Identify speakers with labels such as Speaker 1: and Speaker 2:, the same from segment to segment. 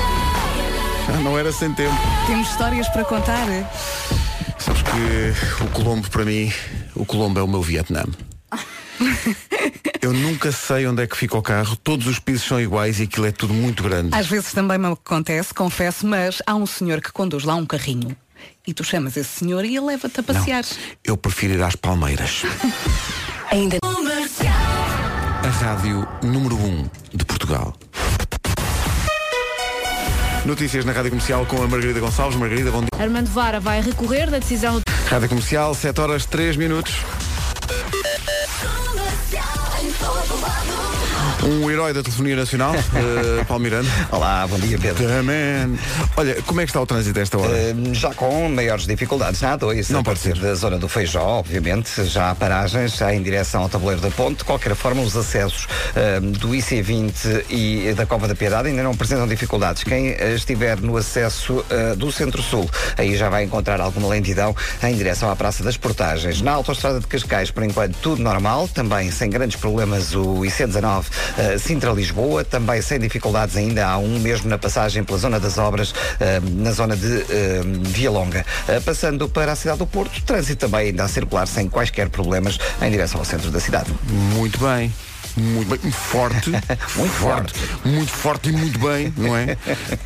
Speaker 1: Já não era sem tempo.
Speaker 2: Temos histórias para contar.
Speaker 1: Sabes que o Colombo, para mim, o Colombo é o meu Vietnã. Eu nunca sei onde é que fica o carro, todos os pisos são iguais e aquilo é tudo muito grande.
Speaker 2: Às vezes também me acontece, confesso, mas há um senhor que conduz lá um carrinho e tu chamas esse senhor e ele leva-te a passear.
Speaker 1: Eu prefiro ir às Palmeiras.
Speaker 2: Ainda
Speaker 1: A rádio número 1 um de Portugal. Notícias na Rádio Comercial com a Margarida Gonçalves. Margarida, bom dia.
Speaker 3: Armando Vara vai recorrer da decisão
Speaker 1: Rádio Comercial, 7 horas 3 minutos. Um herói da telefonia nacional, eh, Paulo Miranda.
Speaker 4: Olá, bom dia Pedro.
Speaker 1: The man. Olha, como é que está o trânsito a esta hora?
Speaker 4: Eh, Já com maiores dificuldades, há dois.
Speaker 1: Não
Speaker 4: a
Speaker 1: pode
Speaker 4: partir
Speaker 1: ser.
Speaker 4: Da zona do Feijó, obviamente, já há paragens, já em direção ao tabuleiro da ponte. De qualquer forma, os acessos eh, do IC20 e da Cova da Piedade ainda não apresentam dificuldades. Quem eh, estiver no acesso eh, do Centro-Sul, aí já vai encontrar alguma lentidão em direção à Praça das Portagens. Na Autostrada de Cascais, por enquanto, tudo normal, também sem grandes problemas o IC19 eh, Sintra-Lisboa, também sem dificuldades ainda há um mesmo na passagem pela zona das obras, eh, na zona de eh, Via Longa. Eh, Passando para a cidade do Porto, trânsito também ainda a circular sem quaisquer problemas em direção ao centro da cidade.
Speaker 1: Muito bem. Muito bem, forte, muito
Speaker 4: forte.
Speaker 1: muito forte e muito bem, não é?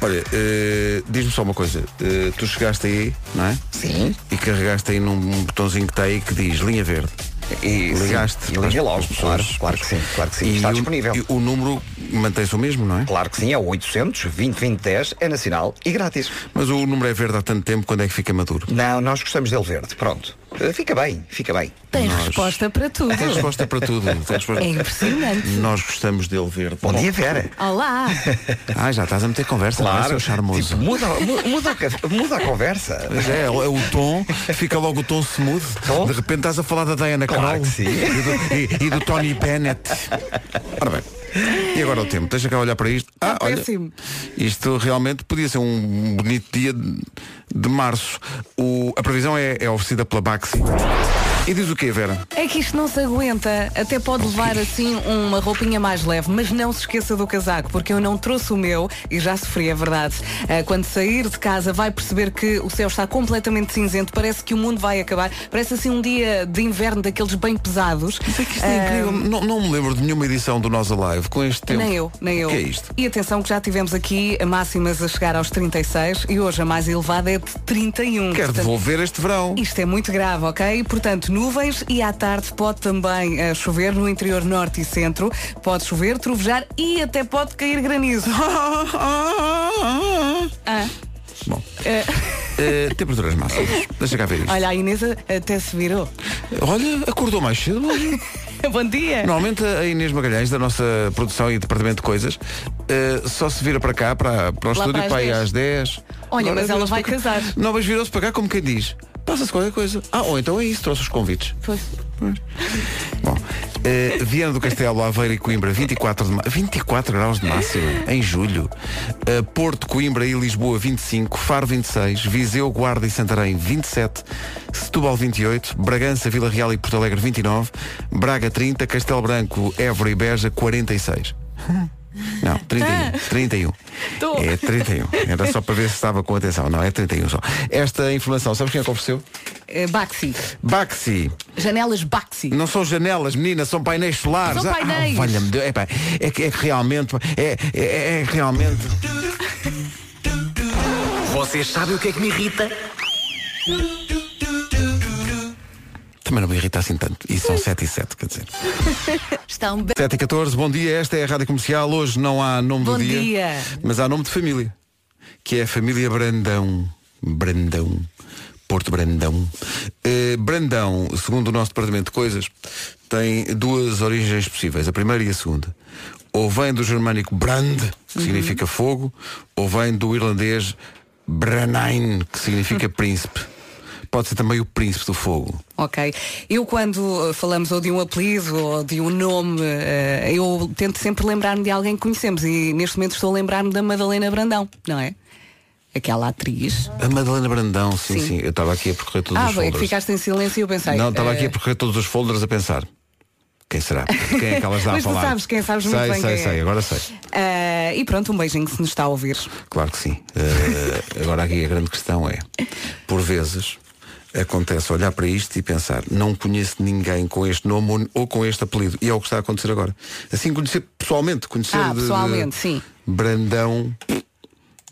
Speaker 1: Olha, eh, diz-me só uma coisa, eh, tu chegaste aí, não é?
Speaker 4: Sim.
Speaker 1: E carregaste aí num num botãozinho que está aí que diz linha verde.
Speaker 4: E
Speaker 1: Ligaste
Speaker 4: sim, e
Speaker 1: para as-
Speaker 4: liga
Speaker 1: para
Speaker 4: logo,
Speaker 1: as
Speaker 4: claro,
Speaker 1: pessoas.
Speaker 4: claro que sim, claro que sim. Está
Speaker 1: o-
Speaker 4: disponível.
Speaker 1: e o número mantém-se o mesmo, não é?
Speaker 4: Claro que sim, é o 800 20 10 é nacional e grátis.
Speaker 1: Mas o número é verde há tanto tempo, quando é que fica maduro?
Speaker 4: Não, nós gostamos dele verde, pronto. Eh, Fica bem, fica bem.
Speaker 2: tem
Speaker 1: Nós-
Speaker 2: resposta para tudo.
Speaker 1: Tem resposta para tudo. tem resposta-
Speaker 2: É impressionante.
Speaker 1: Nós gostamos dele verde.
Speaker 4: Bom dia, Vera.
Speaker 2: Olá!
Speaker 1: Ah, já estás a meter conversa, não é, seu charmoso?
Speaker 4: Tipo, muda, mu- muda, o ca- muda a conversa.
Speaker 1: Pois é, é o tom, fica logo o tom smooth.
Speaker 4: Tom?
Speaker 1: De repente estás a falar da Diana
Speaker 4: Claro
Speaker 1: Krall
Speaker 4: que sim.
Speaker 1: E, do, e- e do Tony Bennett. Ora bem. E agora o tempo, deixa cá olhar para isto. Ah, olha,
Speaker 2: péssimo.
Speaker 1: isto realmente podia ser um bonito dia de, de março. O- a previsão é, é oferecida pela Baxi. E diz o quê, Vera?
Speaker 2: É que isto não se aguenta. Até pode levar assim uma roupinha mais leve, mas não se esqueça do casaco, porque eu não trouxe o meu e já sofri, é verdade. Ah, Quando sair de casa, vai perceber que o céu está completamente cinzento, parece que o mundo vai acabar. Parece assim um dia de inverno daqueles bem pesados.
Speaker 1: é
Speaker 2: Ah,
Speaker 1: Não, não me lembro de nenhuma edição do Nós Alive com este tempo.
Speaker 2: Nem eu, nem eu.
Speaker 1: O que é isto?
Speaker 2: E atenção que já tivemos aqui a máximas a chegar aos 36 e hoje a mais elevada é de 31.
Speaker 1: Quero
Speaker 2: Portanto,
Speaker 1: devolver este verão.
Speaker 2: Isto é muito grave, ok? Portanto, nuvens e à tarde pode também eh, chover no interior norte e centro. Pode chover, trovejar e até pode cair granizo. Ah,
Speaker 1: Bom. Eh, temperaturas máximas. Deixa cá ver isto.
Speaker 2: olha, a Inês até se virou.
Speaker 1: Olha, acordou mais cedo hoje.
Speaker 2: Bom dia.
Speaker 1: Normalmente a Inês Magalhães, da nossa produção e departamento de coisas, eh, só se vira para cá, para, para o
Speaker 2: Lá
Speaker 1: estúdio,
Speaker 2: para as
Speaker 1: para aí
Speaker 2: 10.
Speaker 1: às 10.
Speaker 2: Olha, mas ela
Speaker 1: virou-se
Speaker 2: vai
Speaker 1: para cá.
Speaker 2: casar.
Speaker 1: Não, mas virou-se para cá como quem diz. Passa-se qualquer coisa. Ah, ou então é isso, trouxe os convites.
Speaker 2: Pois.
Speaker 1: Bom, eh, Viana do Castelo, Aveiro e Coimbra, 24, de ma- 24 graus de máximo em julho. Eh, Porto, Coimbra e Lisboa, 25. Faro, 26. Viseu, Guarda e Santarém, 27. Setúbal, 28. Bragança, Vila Real e Porto Alegre, 29. Braga, 30. Castelo Branco, Évora e Beja, 46. Não, 31. 31.
Speaker 2: Tô.
Speaker 1: É 31. Era só para ver se estava com atenção. Não, é 31 só. Esta informação, sabes quem é que ofereceu?
Speaker 2: Eh, Baxi.
Speaker 1: Baxi.
Speaker 2: Janelas Baxi.
Speaker 1: Não são janelas, meninas, são painéis solares.
Speaker 2: São painéis.
Speaker 1: Ah, valha-me Deus. Epá, é, que, é que realmente. É, é, é que realmente.
Speaker 5: Vocês sabem o que é que me irrita?
Speaker 1: Também não me irrita assim tanto. E são 7 e 7, quer dizer.
Speaker 2: Está um be-
Speaker 1: 7 e 14, bom dia. Esta é a Rádio Comercial. Hoje não há nome
Speaker 2: Bom
Speaker 1: do dia,
Speaker 2: dia.
Speaker 1: Mas há nome de família. Que é a família Brandão. Brandão. Porto Brandão. Eh, Brandão, segundo o nosso departamento de coisas, tem duas origens possíveis, a primeira e a segunda. Ou vem do germânico brand, que significa fogo, ou vem do irlandês branain, que significa príncipe. Pode ser também o príncipe do fogo.
Speaker 2: Ok. Eu quando eh, falamos ou de um apelido ou de um nome, eh, eu tento sempre lembrar-me de alguém que conhecemos e neste momento estou a lembrar-me da Madalena Brandão, não é? Aquela atriz.
Speaker 1: A Madalena Brandão, sim, sim.
Speaker 2: Sim.
Speaker 1: Eu estava aqui a percorrer todos
Speaker 2: ah,
Speaker 1: os
Speaker 2: bem, é que
Speaker 1: folders.
Speaker 2: ficaste em silêncio e eu pensei.
Speaker 1: Não, estava
Speaker 2: eh,
Speaker 1: aqui a percorrer todos os folders a pensar. Quem quem será? Quem é que elas dá a
Speaker 2: Mas tu
Speaker 1: falar?
Speaker 2: sabes quem, sabes
Speaker 1: sei,
Speaker 2: muito bem
Speaker 1: sei,
Speaker 2: quem é.
Speaker 1: sei, agora sei.
Speaker 2: Ah, e pronto, um beijinho se nos está a ouvir.
Speaker 1: Claro que sim. Eh, agora aqui a grande questão é, por vezes acontece olhar para isto e pensar, não conheço ninguém com este nome ou- ou com este apelido. E é o que está a acontecer agora. Assim conhecer pessoalmente, conhecer
Speaker 2: Ah,
Speaker 1: de- de-
Speaker 2: pessoalmente, sim.
Speaker 1: Brandão,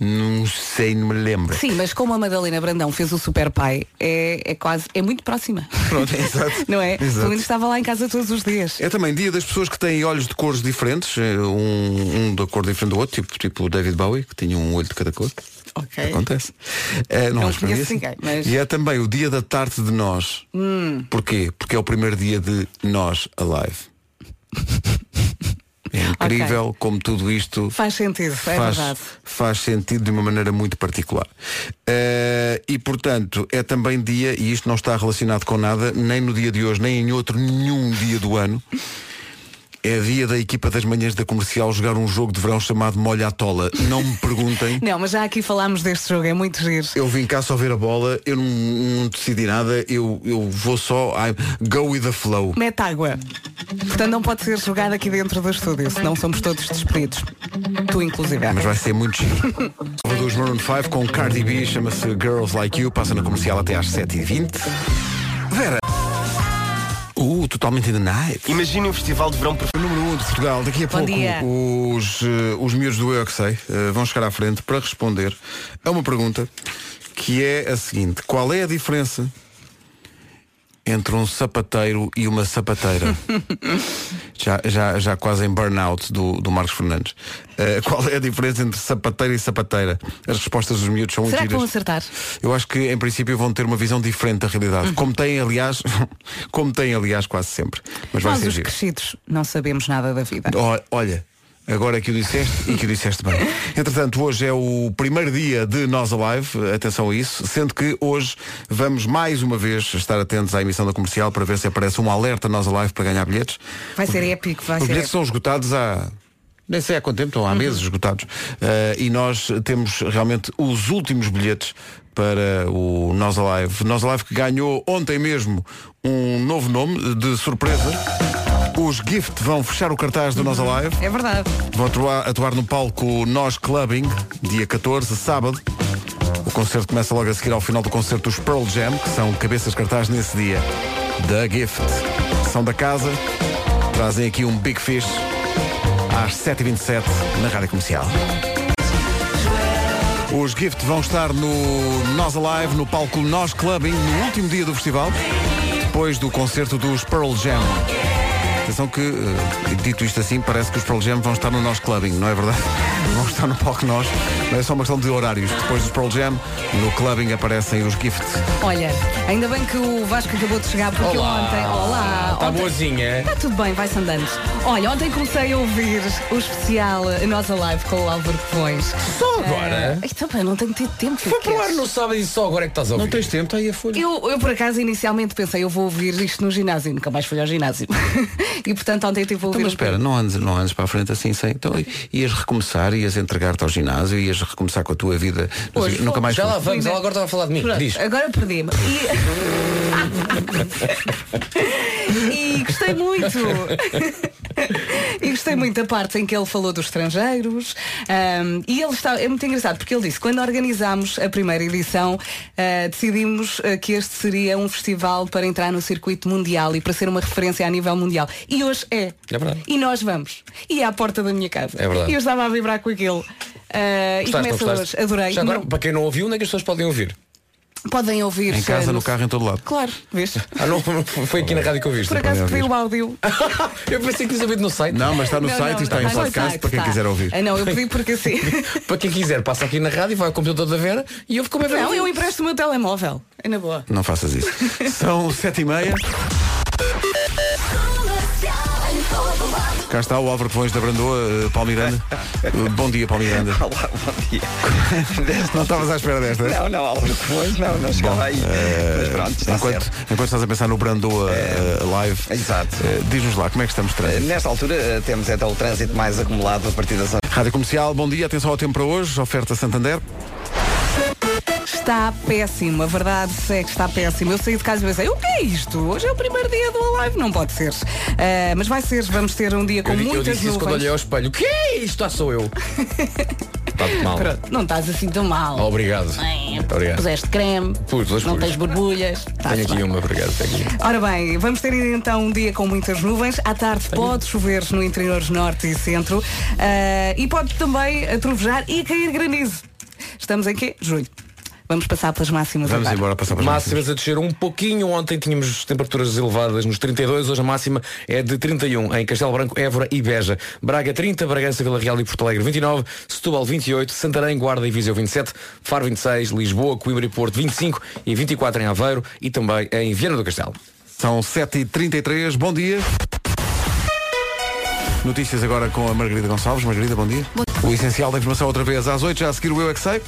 Speaker 1: não sei, não me lembro.
Speaker 2: Sim, mas como a Madalena Brandão fez o Super Pai, é, é quase, é muito próxima.
Speaker 1: Pronto, exato.
Speaker 2: Não é?
Speaker 1: Exato.
Speaker 2: Pelo menos estava lá em casa todos os dias.
Speaker 1: É também dia das pessoas que têm olhos de cores diferentes, eh, um, um da cor diferente do outro, tipo, tipo o David Bowie, que tinha um olho de cada cor.
Speaker 6: É
Speaker 2: Ok.
Speaker 1: Acontece. Eh, não
Speaker 2: Não
Speaker 1: olhes para
Speaker 2: conheço
Speaker 1: isso.
Speaker 2: ninguém, mas- Hum.
Speaker 1: E é também o dia da tarde de nós. Porquê? Porque é o primeiro dia de nós alive. É incrível como tudo isto
Speaker 2: Faz sentido, é
Speaker 1: faz,
Speaker 2: verdade.
Speaker 1: faz sentido de uma maneira muito particular. Eh, e portanto, é também dia, e isto não está relacionado com nada, nem no dia de hoje, nem em outro nenhum dia do ano. É dia da equipa das manhãs da comercial jogar um jogo de verão chamado Molha à Tola. Não me perguntem.
Speaker 2: Não, mas já aqui falámos deste jogo, é muito giro.
Speaker 1: Eu vim cá só ver a bola, eu não, não decidi nada, eu, eu vou só. I go with the flow.
Speaker 2: Mete água. Portanto, não pode ser jogado aqui dentro do estúdio, senão somos todos despedidos. Tu, inclusive.
Speaker 1: Mas vai ser muito giro. Nova dos Maroon 5 com Cardi B, chama-se Girls Like You, passa na comercial até às 7h20. Vera. Uh, totalmente in the night.
Speaker 7: Imaginem um festival de verão perfeito.
Speaker 1: O número 1 um de Portugal, daqui a
Speaker 2: Bom
Speaker 1: pouco
Speaker 2: dia.
Speaker 1: os, eh, os miúdos do Eu Que Sei eh, vão chegar à frente para responder a uma pergunta que é a seguinte. Qual é a diferença entre um sapateiro e uma sapateira? já, já, já quase em burnout do, do Marcos Fernandes. Eh, qual é a diferença entre sapateiro e sapateira? As respostas dos miúdos são muito
Speaker 2: Será que
Speaker 1: giras.
Speaker 2: vão Uhum. acertar?
Speaker 1: Eu acho que em princípio vão ter uma visão diferente da realidade. Como têm, aliás, como têm, aliás, quase sempre. Mas vai
Speaker 2: Nós,
Speaker 1: ser
Speaker 2: os
Speaker 1: giro.
Speaker 2: crescidos, não sabemos nada da vida.
Speaker 1: Ó- Olha, agora que o disseste e que o disseste bem. Entretanto, hoje é o primeiro dia de Nós Alive, atenção a isso, sendo que hoje vamos mais uma vez estar atentos à emissão da comercial para ver se aparece um alerta Nós Alive para ganhar bilhetes.
Speaker 2: Vai ser épico, vai ser
Speaker 1: Os
Speaker 2: Uhum.
Speaker 1: bilhetes
Speaker 2: épico.
Speaker 1: são esgotados há. Nem sei há quanto tempo, estão há meses esgotados. Eh, e nós temos realmente os últimos bilhetes para o Nós Alive. Nós Alive que ganhou ontem mesmo um novo nome de surpresa. Os Gift vão fechar o cartaz do Nós Alive.
Speaker 2: É verdade.
Speaker 1: Vão atuar, atuar no palco Nós Clubbing, dia 14, sábado. O concerto começa logo a seguir ao final do concerto dos Pearl Jam, que são cabeças de cartaz nesse dia. The Gift. São da casa, trazem aqui um Big Fish às 7h27 na Rádio Comercial. Os Gift vão estar no Nós Alive, no palco Nós Clubbing, no último dia do festival, depois do concerto dos Pearl Jam. Atenção que, eh, dito isto assim, parece que os Pearl Jam vão estar no Nós Clubbing, não é verdade? Vão estar no palco Nós, mas é só uma questão de horários. Depois dos Pearl Jam, no Clubbing aparecem os Gift.
Speaker 2: Olha, ainda bem que o Vasco acabou de chegar, porque ontem. Olá!
Speaker 1: Tá
Speaker 6: Está
Speaker 2: ontem-
Speaker 6: Ah, tá boazinha? é?
Speaker 2: Está tudo bem, vai-se andando. Olha, ontem comecei a ouvir o especial eh, Nós Alive com o Álvaro Covões.
Speaker 6: Só agora?
Speaker 2: Ai, também então, não tenho tido tempo.
Speaker 6: Foi
Speaker 2: que é
Speaker 6: para o ar no sábado e só agora é que estás a ouvir.
Speaker 1: tempo, está aí a folha.
Speaker 2: Eh, Eu, eu, por acaso, inicialmente pensei, eu vou ouvir isto no ginásio. Nunca mais fui ao ginásio. e, portanto, ontem tive a ouvir...
Speaker 1: Então, mas
Speaker 2: um
Speaker 1: espera, não andes, não andes para a frente assim sem. Então, i- ias recomeçar, ias entregar-te ao ginásio, ias recomeçar com a tua vida. não sei-
Speaker 2: Hoje
Speaker 1: nunca
Speaker 2: foi-
Speaker 1: mais
Speaker 6: Já lá
Speaker 1: foste.
Speaker 6: vamos, ela agora estava a falar de mim.
Speaker 2: Pronto,
Speaker 6: Diz.
Speaker 2: agora perdi-me. E... e gostei muito. e gostei muito da parte em que ele falou dos estrangeiros. ahm, e ele está. É muito engraçado porque ele disse: quando organizámos a primeira edição, ah, decidimos ah, que este seria um festival para entrar no circuito mundial e para ser uma referência a nível mundial. E hoje é.
Speaker 6: É verdade.
Speaker 2: E nós vamos. E é à porta da minha casa.
Speaker 6: É verdade.
Speaker 2: E eu estava a vibrar com aquilo. Ah, e
Speaker 6: Gostaste, não
Speaker 2: começa hoje.
Speaker 6: gostaste?
Speaker 2: Adorei.
Speaker 6: Já agora,
Speaker 2: Não-
Speaker 6: para quem não ouviu, onde é que as pessoas podem ouvir?
Speaker 2: Podem ouvir
Speaker 1: Em casa,
Speaker 2: eh,
Speaker 1: no carro, em todo lado.
Speaker 2: Claro, vês?
Speaker 6: Ah, não, foi aqui na rádio que eu vi.
Speaker 2: Por acaso vi o áudio.
Speaker 6: Eu pensei que tinhas ouvido no site.
Speaker 1: Não, mas está no
Speaker 2: Não,
Speaker 1: site
Speaker 2: não,
Speaker 1: e está em
Speaker 2: no
Speaker 1: podcast
Speaker 2: site,
Speaker 1: para quem
Speaker 2: está.
Speaker 1: quiser ouvir.
Speaker 2: Ah, não, eu pedi porque assim.
Speaker 6: Para quem quiser, passa aqui na rádio, vai ao computador da Vera e ouve como é
Speaker 2: não,
Speaker 6: verdade.
Speaker 2: eu empresto o meu telemóvel. É na boa.
Speaker 1: Não faças isso. São sete e meia. Cá está o Álvaro Covões da Brandoa, eh, Paulo Miranda. Eh, Bom dia, Paulo Miranda.
Speaker 4: Olá, bom dia.
Speaker 1: Não estavas à espera desta? eh,
Speaker 4: Não, não, Álvaro Covões, não, não chegava aí. Mas pronto, está
Speaker 1: Enquanto,
Speaker 4: certo. É.
Speaker 1: enquanto estás a pensar no Brandoa eh, live,
Speaker 4: Exato.
Speaker 1: eh, diz-nos lá como é que estamos de trânsito.
Speaker 4: Nesta altura eh, temos então o trânsito mais acumulado a partir das
Speaker 1: Rádio Comercial, bom dia, atenção ao tempo para hoje, oferta Santander.
Speaker 2: está péssimo. A verdade é que está péssimo. Eu saí de casa e pensei, o que é isto? Hoje é o primeiro dia do Alive. Não pode ser. Ah, mas vai ser. Vamos ter um dia com
Speaker 6: Eu, di- eu
Speaker 2: muitas
Speaker 6: disse isso quando
Speaker 2: nuvens.
Speaker 6: olhei ao espelho. O que é isto? Ah, sou eu. Está de mal.
Speaker 2: Pronto, não estás assim tão mal.
Speaker 6: Obrigado.
Speaker 2: Ai,
Speaker 6: Obrigado.
Speaker 2: Puseste creme,
Speaker 6: Pus, pus,
Speaker 2: não
Speaker 6: pus.
Speaker 2: tens borbulhas. Estás
Speaker 6: Tenho
Speaker 2: bem.
Speaker 6: aqui uma, obrigado. Tenho aqui.
Speaker 2: Ora bem, vamos ter então um dia com muitas nuvens. À tarde pode chover no interior norte e centro ah, e pode também trovejar e cair granizo. Estamos em quê? Julho. Vamos passar pelas máximas
Speaker 1: Vamos
Speaker 2: agora.
Speaker 1: embora passar para as máximas.
Speaker 6: Máximas a descer um pouquinho. Ontem tínhamos temperaturas elevadas nos 32, hoje a máxima é de 31 em Castelo Branco, Évora e Beja. Braga 30, Bragança, Vila Real e Porto Alegre 29, Setúbal 28, Santarém, Guarda e Viseu 27, Faro 26, Lisboa, Coimbra e Porto 25 e 24 em Aveiro e também em Viana do Castelo.
Speaker 1: São 7h33, bom dia. Notícias agora com a Margarida Gonçalves. Margarida, bom dia. O essencial da informação outra vez às 8, já a seguir o Eu É Que Sei.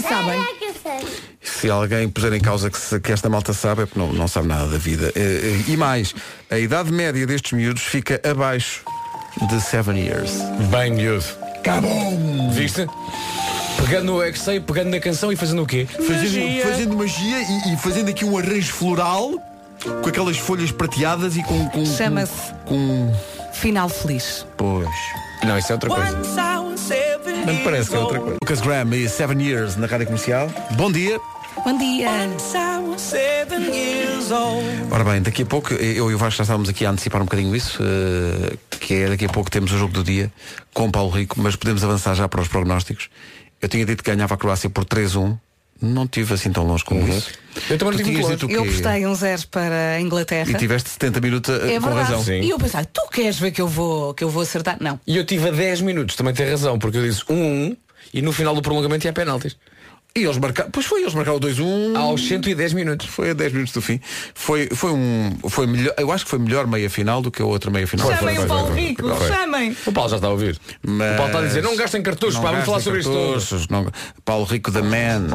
Speaker 7: Sei, eu é que sei, eu é que sei. Eu é Eu
Speaker 2: E sabem?
Speaker 7: é que sei.
Speaker 1: Se alguém puser em causa que, se- que esta malta sabe, é porque não, não sabe nada da vida. Eh, eh, E mais, a idade média destes miúdos fica abaixo de 7 years.
Speaker 6: Bem miúdo. Cabum! Tá Viste? Pegando no Excel, pegando na canção e fazendo o quê?
Speaker 8: Fazendo, fazendo magia e, e fazendo aqui um arranjo floral com aquelas folhas prateadas e com. com com-
Speaker 2: Chama-se
Speaker 1: Com.
Speaker 2: Final Feliz.
Speaker 1: Pois.
Speaker 6: Não, isso é outra coisa.
Speaker 1: Não me parece que é outra coisa. Lucas Graham e 7 years na rádio comercial. Bom dia.
Speaker 2: Bom dia.
Speaker 1: Ora bem, daqui a pouco, eu e o Vasco já estávamos aqui a antecipar um bocadinho isso, eh, que é daqui a pouco temos o jogo do dia com Paulo Rico, mas podemos avançar já para os prognósticos. Eu tinha dito que ganhava a Croácia por 3-1, não tive assim tão longe como isso.
Speaker 6: Eu também não
Speaker 1: Tu
Speaker 6: tive
Speaker 1: tinhas
Speaker 6: muito
Speaker 1: dito o
Speaker 2: Eu
Speaker 1: quê?
Speaker 2: apostei um zero para a Inglaterra.
Speaker 1: E tiveste 70
Speaker 6: um
Speaker 1: minutos eh,
Speaker 2: é
Speaker 1: com razão.
Speaker 2: verdade. E eu pensava, tu queres ver que eu vou, que eu vou acertar? Não.
Speaker 6: E eu tive a 10 minutos, também tem razão, porque eu disse 1-1 e no final do prolongamento ia a penaltis.
Speaker 1: E eles marcaram, pois foi, eles marcaram o 2-1.
Speaker 6: Aos 110 minutos.
Speaker 1: Foi a 10 minutos do fim. Foi, foi um. Foi melhor, eu acho que foi melhor meia final do que a outra meia final.
Speaker 2: chamem o Paulo Rico, chamem.
Speaker 6: O Paulo já está a ouvir. O Paulo está a dizer, não gastem cartuchos,
Speaker 1: Não
Speaker 6: pá, vamos falar
Speaker 1: gastem
Speaker 6: sobre isto hoje.
Speaker 1: cartuchos, não- Paulo Rico da Man.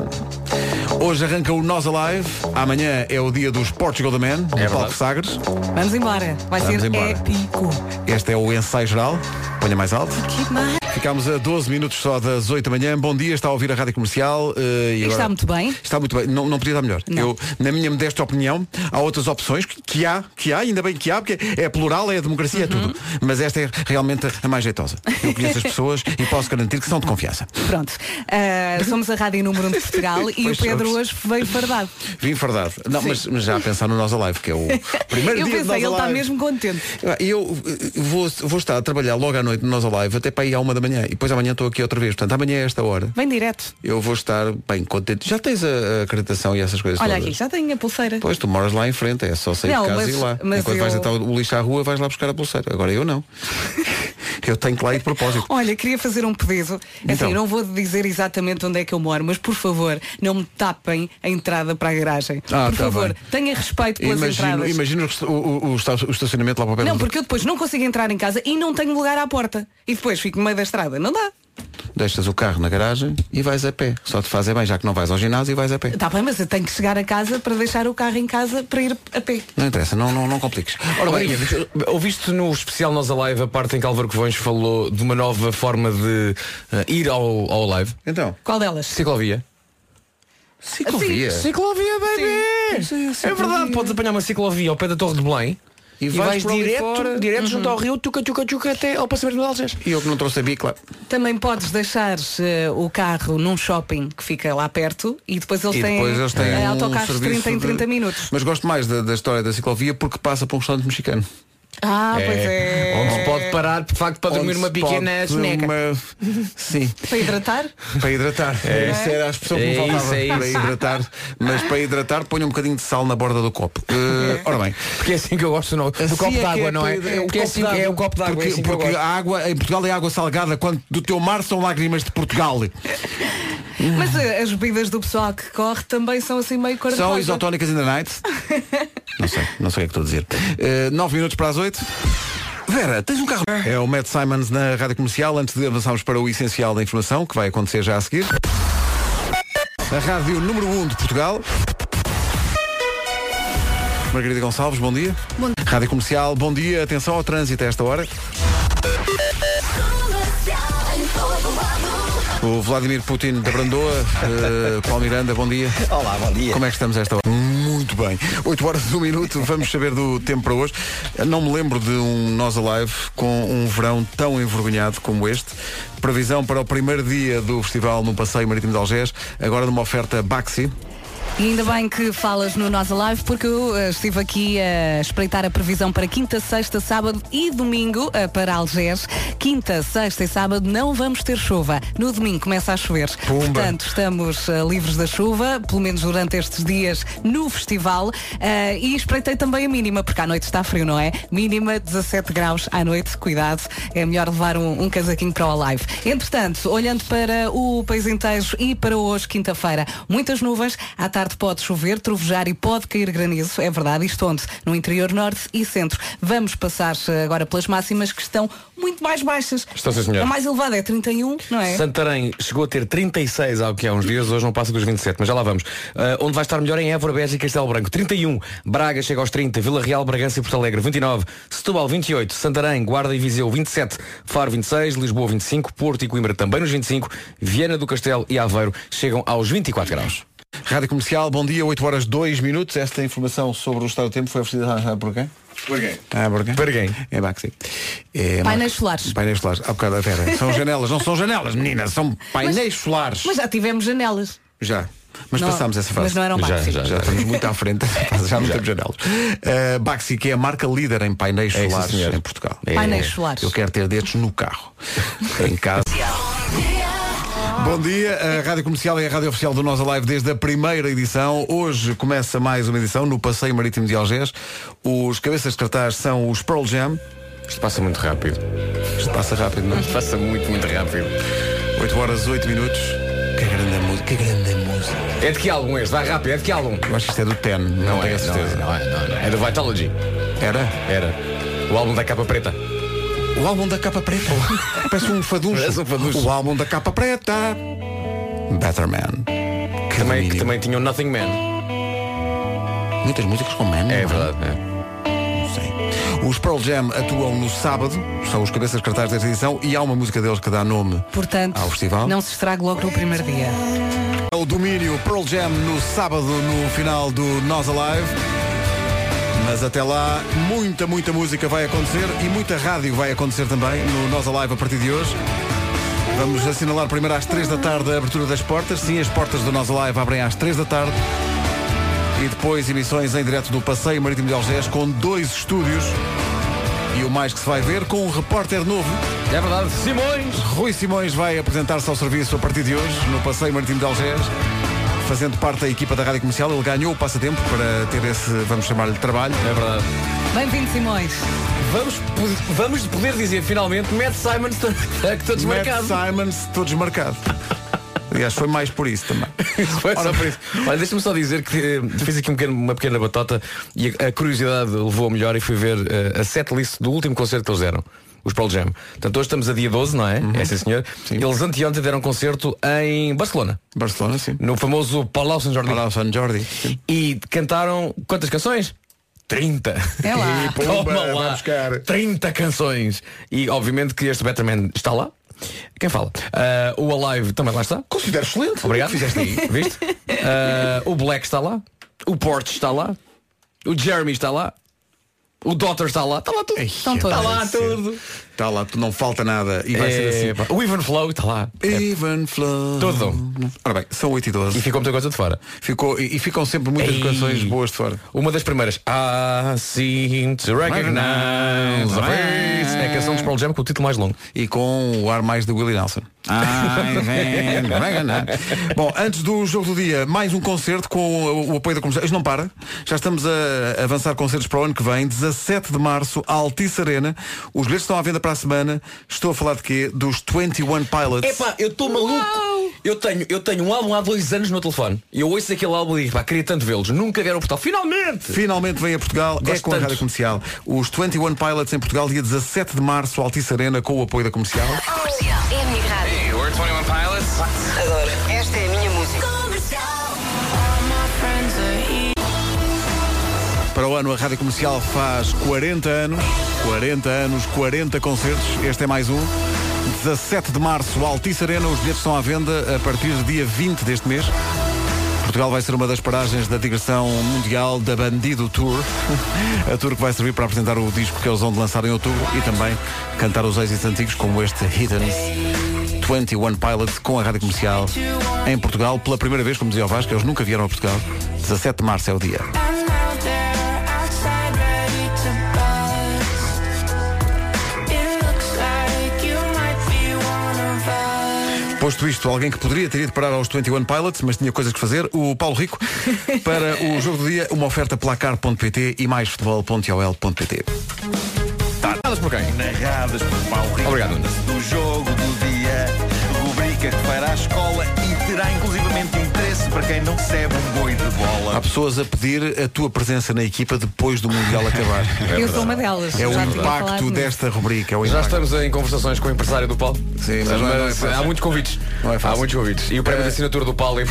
Speaker 1: Hoje arranca o Nós Alive. Amanhã é o dia dos Portugal da Man, é
Speaker 6: verdade.
Speaker 1: Paulo Sagres.
Speaker 2: Vamos embora. Vai
Speaker 1: Vamos
Speaker 2: ser
Speaker 1: embora.
Speaker 2: épico.
Speaker 1: Este é o ensaio geral. Ponha mais alto. Ficámos a 12 minutos só das 8 da manhã. Bom dia, está a ouvir a rádio comercial. eh, e
Speaker 2: E
Speaker 1: agora-
Speaker 2: está muito bem.
Speaker 1: Está muito bem, não, não podia estar melhor.
Speaker 2: Não.
Speaker 1: Eu, na minha modesta opinião, há outras opções que, que há, que há, ainda bem que há, porque é plural, é a democracia, é
Speaker 2: Uhum.
Speaker 1: tudo. Mas esta é realmente a- a mais jeitosa. Eu conheço as pessoas e posso garantir que são de confiança.
Speaker 2: Pronto. Ah, somos a rádio número 1 de Portugal e o
Speaker 1: Pois
Speaker 2: Pedro
Speaker 1: somos.
Speaker 2: hoje veio fardado.
Speaker 1: Vim verdade. Não, mas, mas já a pensar no Nós Alive, que é o primeiro
Speaker 2: Eu
Speaker 1: dia de
Speaker 2: pensei,
Speaker 1: Nós
Speaker 2: ele está
Speaker 1: Alive.
Speaker 2: mesmo contente.
Speaker 1: E Eu eh, vou, vou estar a trabalhar logo à noite no Nós Alive até para ir à uma da manhã e depois amanhã estou aqui outra vez. Portanto, amanhã é esta hora.
Speaker 2: Vem direto.
Speaker 1: Eu vou estar bem contente. Já tens a a acreditação e essas coisas
Speaker 2: Olha
Speaker 1: todas?
Speaker 2: aqui, já tem a pulseira.
Speaker 1: Pois, tu moras lá em frente, é só sair
Speaker 2: Não,
Speaker 1: de casa
Speaker 2: mas-
Speaker 1: e ir lá.
Speaker 2: mas
Speaker 1: Enquanto vais
Speaker 2: eu-
Speaker 1: deitar o lixo à rua, vais lá buscar a pulseira. Agora eu não. eu tenho que lá ir de propósito.
Speaker 2: Olha, queria fazer um pedido. Assim,
Speaker 1: Então.
Speaker 2: não vou dizer exatamente onde é que eu moro, mas por favor, não me tapem a entrada para a garagem.
Speaker 1: Ah,
Speaker 2: por
Speaker 1: tá
Speaker 2: favor,
Speaker 1: bem.
Speaker 2: tenha respeito pelas
Speaker 1: Imagino,
Speaker 2: entradas.
Speaker 1: imagino o resta- o, o- o esta- o estacionamento lá para o pé
Speaker 2: Não,
Speaker 1: do-
Speaker 2: porque eu depois não consigo entrar em casa e não tenho lugar à porta. E depois fico no meio da estrada. Não dá.
Speaker 1: Deixas o carro na garagem e vais a pé. Só te faz é bem, já que não vais ao ginásio e vais a pé.
Speaker 2: Está Tá bem, mas eu tenho que chegar a casa para deixar o carro em casa para ir a pé.
Speaker 1: Não interessa, não, não, não compliques. Ora bem,
Speaker 6: Ouviste no especial Nós Alive a parte em que Álvaro Covões falou de uma nova forma de eh, ir ao, ao live?
Speaker 1: então,
Speaker 2: Qual delas?
Speaker 6: Ciclovia.
Speaker 1: ciclovia.
Speaker 6: Ciclovia, baby!
Speaker 1: Sim,
Speaker 6: É
Speaker 1: sim,
Speaker 6: verdade,
Speaker 1: ciclovia.
Speaker 6: podes apanhar uma ciclovia ao pé da Torre de Belém
Speaker 1: E
Speaker 6: e,
Speaker 1: vais
Speaker 6: vais,
Speaker 1: por ali fora.
Speaker 6: direto, direto
Speaker 1: Uhum.
Speaker 6: junto ao rio, tuca, tuca, tuca, até ao passeio de Algés.
Speaker 1: E eu que não trouxe a bicla.
Speaker 2: Também podes deixar eh, o carro num shopping que fica lá perto e depois eles
Speaker 1: E
Speaker 2: têm,
Speaker 1: depois eles têm
Speaker 2: eh,
Speaker 1: um
Speaker 2: autocarros
Speaker 1: serviço
Speaker 2: 30 em
Speaker 1: de-
Speaker 2: 30 minutos.
Speaker 1: Mas gosto mais da, da história da ciclovia porque passa por um restaurante mexicano.
Speaker 2: Ah, pois é.
Speaker 6: Onde se pode parar, de facto, para dormir
Speaker 1: Onde
Speaker 6: uma
Speaker 1: se
Speaker 6: pequena
Speaker 1: pode
Speaker 6: soneca.
Speaker 1: uma- Sim.
Speaker 2: Para hidratar?
Speaker 1: Para hidratar. Essa É. era a expressão que me
Speaker 6: É
Speaker 1: faltava.
Speaker 6: isso, é
Speaker 1: Para
Speaker 6: isso.
Speaker 1: hidratar. Mas para hidratar, ponha um bocadinho de sal na borda do copo. Eh, ora bem.
Speaker 6: Porque é assim que eu gosto não, do
Speaker 1: Assim
Speaker 6: copo
Speaker 1: que
Speaker 6: d'água,
Speaker 1: é
Speaker 6: não é?
Speaker 1: para-
Speaker 6: Porque é assim-
Speaker 1: d'água.
Speaker 6: é o copo d'água.
Speaker 1: Porque,
Speaker 6: é assim que eu
Speaker 1: porque
Speaker 6: gosto.
Speaker 1: a água em Portugal é água salgada, quando do teu mar são lágrimas de Portugal.
Speaker 2: Mas eh, as bebidas do pessoal que corre também são assim meio cor
Speaker 1: São isotónicas in the night. Não sei, não sei o que estou a dizer. 9 Eh, minutos para as 8. Vera, tens um carro. É o Matt Simons na Rádio Comercial, antes de avançarmos para o essencial da informação, que vai acontecer já a seguir. A Rádio número 1 de Portugal. Margarida Gonçalves, bom dia.
Speaker 3: Bom dia.
Speaker 1: Rádio Comercial, bom dia. Atenção ao trânsito a esta hora. O Vladimir Putin da Brandoa, eh, Paulo Miranda, bom dia.
Speaker 4: Olá, bom dia.
Speaker 1: Como é que estamos a esta hora? Muito bem. 8 horas e um minuto, vamos saber do tempo para hoje. Não me lembro de um Nós Alive com um verão tão envergonhado como este. Previsão para o primeiro dia do festival no Passeio Marítimo de Algés, agora numa oferta Baxi.
Speaker 2: E ainda bem que falas no Nós Alive, porque eu eh, estive aqui a espreitar a previsão para quinta, sexta, sábado e domingo eh, para Algés. Quinta, sexta e sábado não vamos ter chuva. No domingo começa a chover.
Speaker 1: Pumba.
Speaker 2: Portanto, estamos eh, livres da chuva, pelo menos durante estes dias no festival. Eh, e espreitei também a mínima, porque à noite está frio, não é? Mínima 17 graus à noite, cuidado, é melhor levar um, um casaquinho para o live. Entretanto, olhando para o país inteiro e para hoje, quinta-feira, muitas nuvens, à tarde pode chover, trovejar e pode cair granizo, é verdade, isto onde? No interior norte e centro. Vamos passar eh, agora pelas máximas que estão muito mais baixas.
Speaker 6: Estão, sim, senhor.
Speaker 2: A mais elevada é 31, não é?
Speaker 6: Santarém chegou a ter 36 há o que há uns dias, hoje não passa dos 27, mas já lá vamos. Ah, onde vai estar melhor é em Évora, Beja e Castelo Branco. 31, Braga chega aos 30, Vila Real, Bragança e Porto Alegre. 29, Setúbal 28, Santarém, Guarda e Viseu 27, Faro 26, Lisboa 25, Porto e Coimbra também nos 25, Viana do Castelo e Aveiro chegam aos 24 graus.
Speaker 1: Rádio Comercial, bom dia, 8 horas 2 minutos. Esta informação sobre o estado do tempo foi oferecida ah, ah, por quem? Por quem? Ah, por quem?
Speaker 6: Por quem?
Speaker 1: É Baxi. É,
Speaker 2: Painéis
Speaker 1: Max.
Speaker 2: solares.
Speaker 1: Painéis solares. Há bocado a terra. São janelas, não são janelas, menina, são painéis solares.
Speaker 2: Mas já tivemos janelas.
Speaker 1: Já. Mas
Speaker 2: Não,
Speaker 1: passámos essa fase.
Speaker 2: mas não eram Já, Baxi.
Speaker 1: Já,
Speaker 2: já,
Speaker 1: estamos muito à frente. já não temos janelas. Uh, Baxi, que é a marca líder em painéis
Speaker 6: É, sim,
Speaker 1: solares
Speaker 6: senhor.
Speaker 1: em Portugal.
Speaker 2: Painéis solares.
Speaker 1: Eu quero ter dedos no carro. em casa. Bom dia, a Rádio Comercial é a rádio oficial do Nós Alive desde a primeira edição. Hoje começa mais uma edição no Passeio Marítimo de Algés. Os cabeças de cartaz são os Pearl Jam.
Speaker 6: Isto passa muito rápido.
Speaker 1: Isto passa rápido, não é?
Speaker 6: Passa muito, muito rápido.
Speaker 1: 8 horas, 8 minutos. Que grande música, que grande música.
Speaker 6: É de que álbum este? Vai rápido, é de que álbum?
Speaker 1: Eu acho que isto é do Ten, não, tenho a certeza.
Speaker 6: Não é, não é, não é. É do Vitology.
Speaker 1: Era?
Speaker 6: Era. O álbum da capa preta.
Speaker 1: O álbum da capa preta. Parece um fadunço.
Speaker 6: Parece um fadunço.
Speaker 1: O álbum da capa preta. Better Man.
Speaker 6: Também, que
Speaker 1: Que domínio.
Speaker 6: também tinha o Nothing Man.
Speaker 1: Muitas músicas com Man.
Speaker 6: É
Speaker 1: não
Speaker 6: verdade. é.
Speaker 1: Sim. Os Pearl Jam atuam no sábado, são os cabeças cartazes desta edição, e há uma música deles que dá nome
Speaker 2: Portanto,
Speaker 1: ao festival.
Speaker 2: não se estrague logo no primeiro dia.
Speaker 1: É o domínio Pearl Jam no sábado, no final do Nós Alive. Mas até lá, muita, muita música vai acontecer e muita rádio vai acontecer também no Nós Alive a partir de hoje. Vamos assinalar primeiro às 3 da tarde a abertura das portas. Sim, as portas do Nós Alive abrem às 3 da tarde. E depois emissões em direto do Passeio Marítimo de Algés com dois estúdios. E o mais que se vai ver com um repórter novo.
Speaker 6: É verdade. Simões!
Speaker 1: Rui Simões vai apresentar-se ao serviço a partir de hoje no Passeio Marítimo de Algés. Fazendo parte da equipa da Rádio Comercial, ele ganhou o passatempo para ter esse, vamos chamar-lhe, trabalho.
Speaker 6: É verdade.
Speaker 2: Bem-vindo, Simões.
Speaker 6: Vamos, po- vamos poder dizer finalmente Matt Simon está, está
Speaker 1: Matt
Speaker 6: desmarcado.
Speaker 1: Simons, todo desmarcado. Aliás, foi mais por isso também.
Speaker 6: Foi só por isso. Olha, deixa-me só dizer que eh, fiz aqui um pequeno- uma pequena batota e a, a curiosidade levou a melhor e fui ver eh, a setlist do último concerto que eles deram. Os Pearl Jam. Portanto, hoje estamos a dia 12, não
Speaker 1: Uhum.
Speaker 6: é? É sim, senhor. Eles anteontem deram um concerto em Barcelona,
Speaker 1: Barcelona, sim.
Speaker 6: no famoso Palau San Jordi.
Speaker 1: Para o San Jordi. sim.
Speaker 6: E cantaram quantas canções? 30.
Speaker 2: É lá.
Speaker 6: E toma
Speaker 1: Pumba,
Speaker 6: lá.
Speaker 1: vai buscar.
Speaker 6: 30 canções. E obviamente que este Betterman está lá. Quem fala? Ah, o Alive também lá está.
Speaker 1: Considero excelente.
Speaker 6: Obrigado.
Speaker 1: O que fizeste aí?
Speaker 6: Viste? Ah, o Black está lá. O Porch está lá. O Jeremy está lá. O Daughter está lá. Está lá tudo.
Speaker 2: Estão todos.
Speaker 6: Está lá tudo.
Speaker 1: Está lá, tu não falta nada. E vai ser
Speaker 6: É, pá, O Even Flow está lá. É.
Speaker 1: assim. Even Flow.
Speaker 6: Tudo.
Speaker 1: Ora bem, são 8 e 12.
Speaker 6: E ficou muita coisa de fora.
Speaker 1: Ficou, e, e ficam sempre muitas
Speaker 6: Ei.
Speaker 1: canções boas de fora.
Speaker 6: Uma das primeiras I seem to recognize a face. É a canção dos Pearl Jam com o título mais longo
Speaker 1: e com o ar mais de Willie Nelson. Bom, antes do jogo do dia, mais um concerto com o, o apoio da comunidade. Isto não para. Já estamos a avançar concertos para o ano que vem. 17 de março, Altice Arena. Os bilhetes estão à venda para a semana. Estou a falar de quê? Dos 21 Pilots.
Speaker 6: Epá, eu estou maluco eu tenho, eu tenho um álbum há dois anos no telefone E eu ouço aquele álbum e digo, pá, queria tanto vê-los Nunca vieram ao portal, finalmente!
Speaker 1: Finalmente vem a Portugal, é
Speaker 6: Gosto
Speaker 1: com a
Speaker 6: tanto.
Speaker 1: Rádio Comercial. Os 21 Pilots em Portugal, dia 17 de março, Altice Arena, com o apoio da comercial.
Speaker 9: É a minha rádio. Adoro. Esta é a minha música.
Speaker 1: Para o ano, a Rádio Comercial faz 40 anos, 40 anos, 40 concertos. Este é mais um.
Speaker 8: 17 de março, Altice Arena. Os bilhetes estão à venda a partir do dia 20 deste mês. Portugal vai ser uma das paragens da digressão mundial da Bandido Tour. A tour que vai servir para apresentar o disco que eles vão de lançar em outubro e também cantar os êxitos antigos como este Hiddens 21 Pilots com a rádio comercial em Portugal pela primeira vez, como dizia o Vasco, eles nunca vieram a Portugal. 17 de março é o dia. Posto isto, alguém que poderia ter ido parar aos 21 Pilots, mas tinha coisas que fazer, o Paulo Rico, para o jogo do dia, uma oferta placar.pt e mais futebol.ol.pt.
Speaker 6: Narradas Tá. por quem?
Speaker 10: Narradas por Paulo Rico.
Speaker 6: Obrigado, Nuno.
Speaker 10: Trata-se Do jogo do dia, rubrica que fará à escola e terá inclusivamente interesse para quem não recebe um boi de
Speaker 1: Há
Speaker 10: bola.
Speaker 1: pessoas a pedir a tua presença na equipa depois do Mundial acabar.
Speaker 2: Eu sou uma delas.
Speaker 1: É o
Speaker 2: já tinha falado
Speaker 1: impacto
Speaker 2: nisso.
Speaker 1: desta rubrica. É o
Speaker 6: Já
Speaker 1: impacto.
Speaker 6: estamos em conversações com o empresário do Paulo.
Speaker 1: Sim, mas não é- não é fácil.
Speaker 6: há muitos convites.
Speaker 1: Não é fácil.
Speaker 6: há muitos convites. E o prémio de assinatura do Paulo é.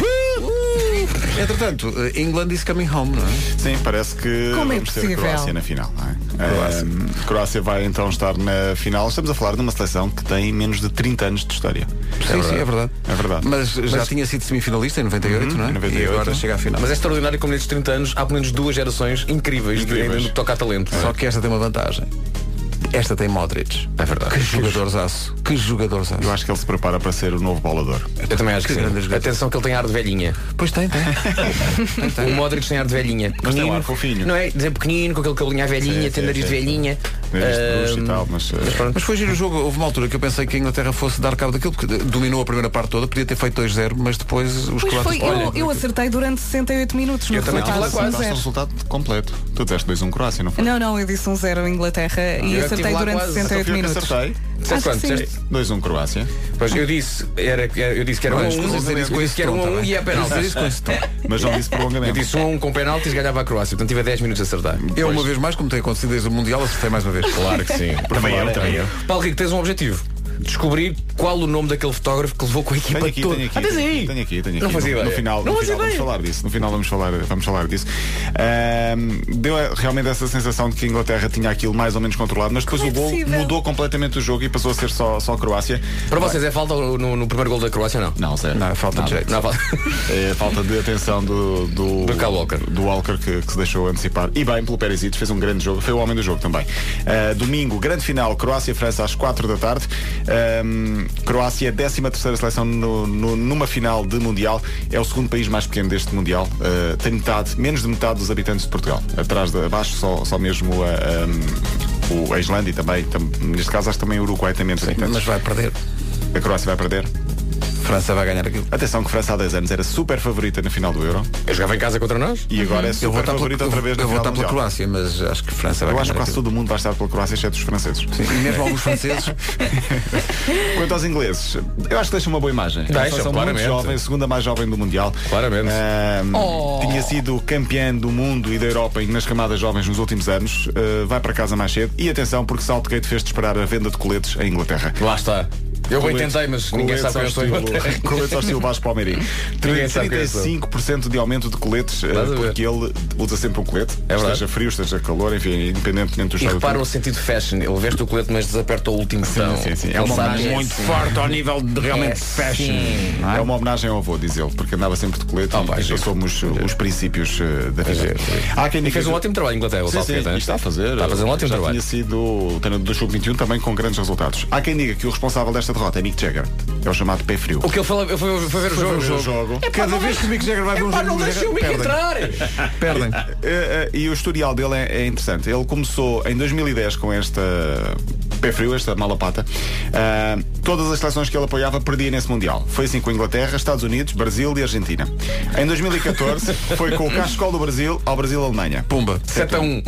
Speaker 1: Entretanto, eh, England is coming home, não é?
Speaker 11: Sim, parece que
Speaker 2: Como é
Speaker 11: vamos ter a
Speaker 2: possível?
Speaker 11: Croácia na final. não é? Ahm, Croácia vai então estar na final. Estamos a falar de uma seleção que tem menos de 30 anos de história.
Speaker 1: Sim, sim, é verdade.
Speaker 11: É verdade.
Speaker 1: Mas já tinha sido semifinalista em 98, não é?
Speaker 11: em 98.
Speaker 1: E agora chega à final.
Speaker 6: Mas é extraordinário como nestes 30 anos há pelo menos duas gerações incríveis,
Speaker 11: Incríveis.
Speaker 6: De, no que toca a talento.
Speaker 1: Só que esta tem uma vantagem. Esta tem Modric.
Speaker 6: É verdade.
Speaker 1: Que jogadorzaço. Que jogadorzaço.
Speaker 11: Eu acho que ele se prepara para ser o novo bolador.
Speaker 6: Eu também acho que,
Speaker 1: Que grande
Speaker 6: sim.
Speaker 1: jogador.
Speaker 6: Atenção que ele tem ar de velhinha.
Speaker 1: Pois tem, tem.
Speaker 6: O Modric tem ar de velhinha.
Speaker 11: um
Speaker 6: Pequenino,
Speaker 11: ar fofinho.
Speaker 6: Não é? Dizer pequenino, com aquele cabelinho à velhinha,
Speaker 11: Sim,
Speaker 6: tem
Speaker 11: sim,
Speaker 6: nariz de
Speaker 11: sim.
Speaker 6: velhinha.
Speaker 11: Nariz de bruxo e
Speaker 6: Ahm,
Speaker 11: tal, mas, eh,
Speaker 1: Mas foi giro o jogo. Houve uma altura que eu pensei que a Inglaterra fosse dar cabo daquilo, porque dominou a primeira parte toda, podia ter feito 2-0, mas depois os
Speaker 2: Pois foi,
Speaker 1: croatas.
Speaker 2: eu, eu acertei durante 68 minutos no
Speaker 6: Eu também
Speaker 2: resultado,
Speaker 6: tive lá
Speaker 2: um
Speaker 6: quase.
Speaker 11: Passaste o
Speaker 2: zero.
Speaker 11: resultado completo. Tu disseste 2-1 Croácia, não foi?
Speaker 2: Não, não, eu disse um zero em Inglaterra e
Speaker 6: Eu
Speaker 2: acertei
Speaker 6: tive lá
Speaker 2: durante
Speaker 6: quase.
Speaker 2: 68
Speaker 11: Fui Então, eu que
Speaker 2: minutos.
Speaker 11: acertei.
Speaker 6: Disseste
Speaker 2: Acho que
Speaker 6: quanto?
Speaker 2: sim.
Speaker 6: Disseste-
Speaker 11: 2-1 Croácia.
Speaker 6: Pois eu disse, era, era- eu disse que era um
Speaker 1: Não,
Speaker 6: a um,
Speaker 1: escusas
Speaker 6: eu
Speaker 1: dizer isso com
Speaker 6: disse
Speaker 1: esse
Speaker 6: que era um
Speaker 1: tom,
Speaker 6: a
Speaker 1: tá
Speaker 6: um
Speaker 1: bem.
Speaker 6: e a
Speaker 1: Dizer
Speaker 6: penaltis.
Speaker 1: isso com esse tom.
Speaker 11: Mas não disse
Speaker 6: Eu
Speaker 11: prolongamento.
Speaker 6: disse um a um com penaltis ganhava a Croácia. Portanto tive a 10 minutos a acertar.
Speaker 1: Eu, É uma vez mais, como tem acontecido desde o Mundial, acertei mais uma vez. é.
Speaker 6: Claro que sim.
Speaker 11: Também eu, também eu.
Speaker 6: Paulo Rico, tens um objetivo. Descobrir qual o nome daquele fotógrafo que levou com a equipa
Speaker 11: Tenho aqui,
Speaker 6: toda.
Speaker 11: tenho aqui,
Speaker 6: Ah, tens aí.
Speaker 11: tenho aqui, tenho aqui.
Speaker 6: Não fazia
Speaker 11: no, no
Speaker 6: ideia.
Speaker 11: final,
Speaker 6: Não
Speaker 11: no
Speaker 6: fazia
Speaker 11: final vamos
Speaker 6: ideia.
Speaker 11: falar disso. No final vamos falar, vamos falar disso. Ahm, deu eh, realmente essa sensação de que a Inglaterra tinha aquilo mais ou menos controlado, mas depois
Speaker 2: Como é
Speaker 11: o gol
Speaker 2: possível?
Speaker 11: mudou completamente o jogo e passou a ser só, só a Croácia.
Speaker 6: Para vocês é falta no, no primeiro gol da Croácia ou não?
Speaker 11: Não, zero.
Speaker 1: Não, falta de jeito.
Speaker 6: Não, há falta.
Speaker 11: É, falta de atenção do do,
Speaker 6: Do Kyle Walker.
Speaker 11: do Walker que, que se deixou antecipar e bem pelo Perisic fez um grande jogo foi o homem do jogo também Ah, domingo grande final Croácia França às 4 da tarde Ahm, Croácia 13 terceira seleção no- no- numa final de mundial é o segundo país mais pequeno deste mundial Ah, tem metade menos de metade dos habitantes de Portugal atrás de abaixo só só mesmo a, ahm, o- a Islândia e também tam- neste caso acho que também o Uruguai tem menos habitantes
Speaker 1: Mas vai perder.
Speaker 11: a Croácia vai perder
Speaker 1: França vai ganhar aquilo.
Speaker 11: atenção que França há 10 anos era super favorita na final do Euro
Speaker 6: Eu jogava em casa contra nós?
Speaker 11: e agora é
Speaker 1: Uhum. Eu
Speaker 11: super
Speaker 1: vou estar pela,
Speaker 11: favorito outra vez na
Speaker 1: eu vou
Speaker 11: final
Speaker 1: estar
Speaker 11: do
Speaker 1: pela
Speaker 11: Mundial.
Speaker 1: Croácia, mas acho que França vai
Speaker 11: Eu acho
Speaker 1: ganhar
Speaker 11: que quase
Speaker 1: aquilo.
Speaker 11: todo mundo vai estar pela Croácia, exceto os franceses.
Speaker 1: E mesmo alguns franceses.
Speaker 11: Quanto aos ingleses, eu acho que deixa uma boa imagem.
Speaker 6: Deixa,
Speaker 11: são
Speaker 6: claramente.
Speaker 11: jovem, a segunda mais jovem do Mundial.
Speaker 6: Claramente.
Speaker 11: Ahm,
Speaker 2: Oh.
Speaker 11: Tinha sido campeã do mundo e da Europa nas camadas jovens nos últimos anos. Ah, vai para casa mais cedo. E atenção, porque Saltgate fez disparar a venda de coletes em Inglaterra.
Speaker 6: Lá está. Eu bem
Speaker 11: Coletes-
Speaker 6: tentei, mas ninguém
Speaker 11: coletes
Speaker 6: sabe quem eu
Speaker 11: ao
Speaker 6: sou. em
Speaker 11: estilo-
Speaker 6: Inglaterra.
Speaker 11: Coletes ao estilo Vasco Palmeirim.
Speaker 6: Ninguém sabe quem eu sou.
Speaker 11: 35% de aumento de coletes, ah,
Speaker 6: Estás a ver? É
Speaker 11: porque ele usa sempre um colete.
Speaker 6: verdade.
Speaker 11: esteja frio, esteja calor, enfim, independentemente do
Speaker 6: E
Speaker 11: estado do
Speaker 6: repara o sentido fashion. Ele veste o colete, mas desaperta o último
Speaker 1: Então,
Speaker 6: botão.
Speaker 11: sim, sim. É
Speaker 6: Ele
Speaker 11: uma
Speaker 6: sabe
Speaker 11: homenagem
Speaker 6: que é
Speaker 11: muito
Speaker 6: assim.
Speaker 1: forte ao nível de realmente
Speaker 6: É,
Speaker 1: assim.
Speaker 6: sim.
Speaker 11: Não É uma homenagem ao avô, diz ele, porque andava sempre de colete
Speaker 6: Ah,
Speaker 11: e
Speaker 6: vai,
Speaker 11: e
Speaker 6: giro. É
Speaker 11: somos os princípios eh, da vida. Há quem
Speaker 6: E fez um
Speaker 11: que-
Speaker 6: ótimo trabalho em Inglaterra, o
Speaker 11: Sim, sim,
Speaker 6: Southgate,
Speaker 11: isto
Speaker 6: hein?
Speaker 11: está a fazer. eh,
Speaker 6: Está a fazer um ótimo
Speaker 11: Já
Speaker 6: trabalho.
Speaker 11: tinha sido o treinador do Sub-21 também com grandes resultados. Há quem diga que o responsável desta derrota é Nick Jagger. É o chamado pé frio.
Speaker 6: O que ele falou, eu fui, fui ver o jogo.
Speaker 11: ver o jogo.
Speaker 1: Cada vez que o Mick Jagger vai ver um
Speaker 6: Pá,
Speaker 1: jogo
Speaker 6: não
Speaker 1: do
Speaker 6: deixa o Mick
Speaker 1: Inglaterra,
Speaker 6: entrar!
Speaker 1: Perdem.
Speaker 11: Eh, eh, E o historial dele é, é interessante. Ele começou em 2010 com esta pé frio, esta mala pata. Ah, todas as seleções que ele apoiava perdia nesse Mundial. Foi assim com a Inglaterra, Estados Unidos, Brasil e Argentina. Em 2014 foi com o Cascol do Brasil ao Brasil-Alemanha. um.
Speaker 1: Pumba.
Speaker 6: 7 a 1.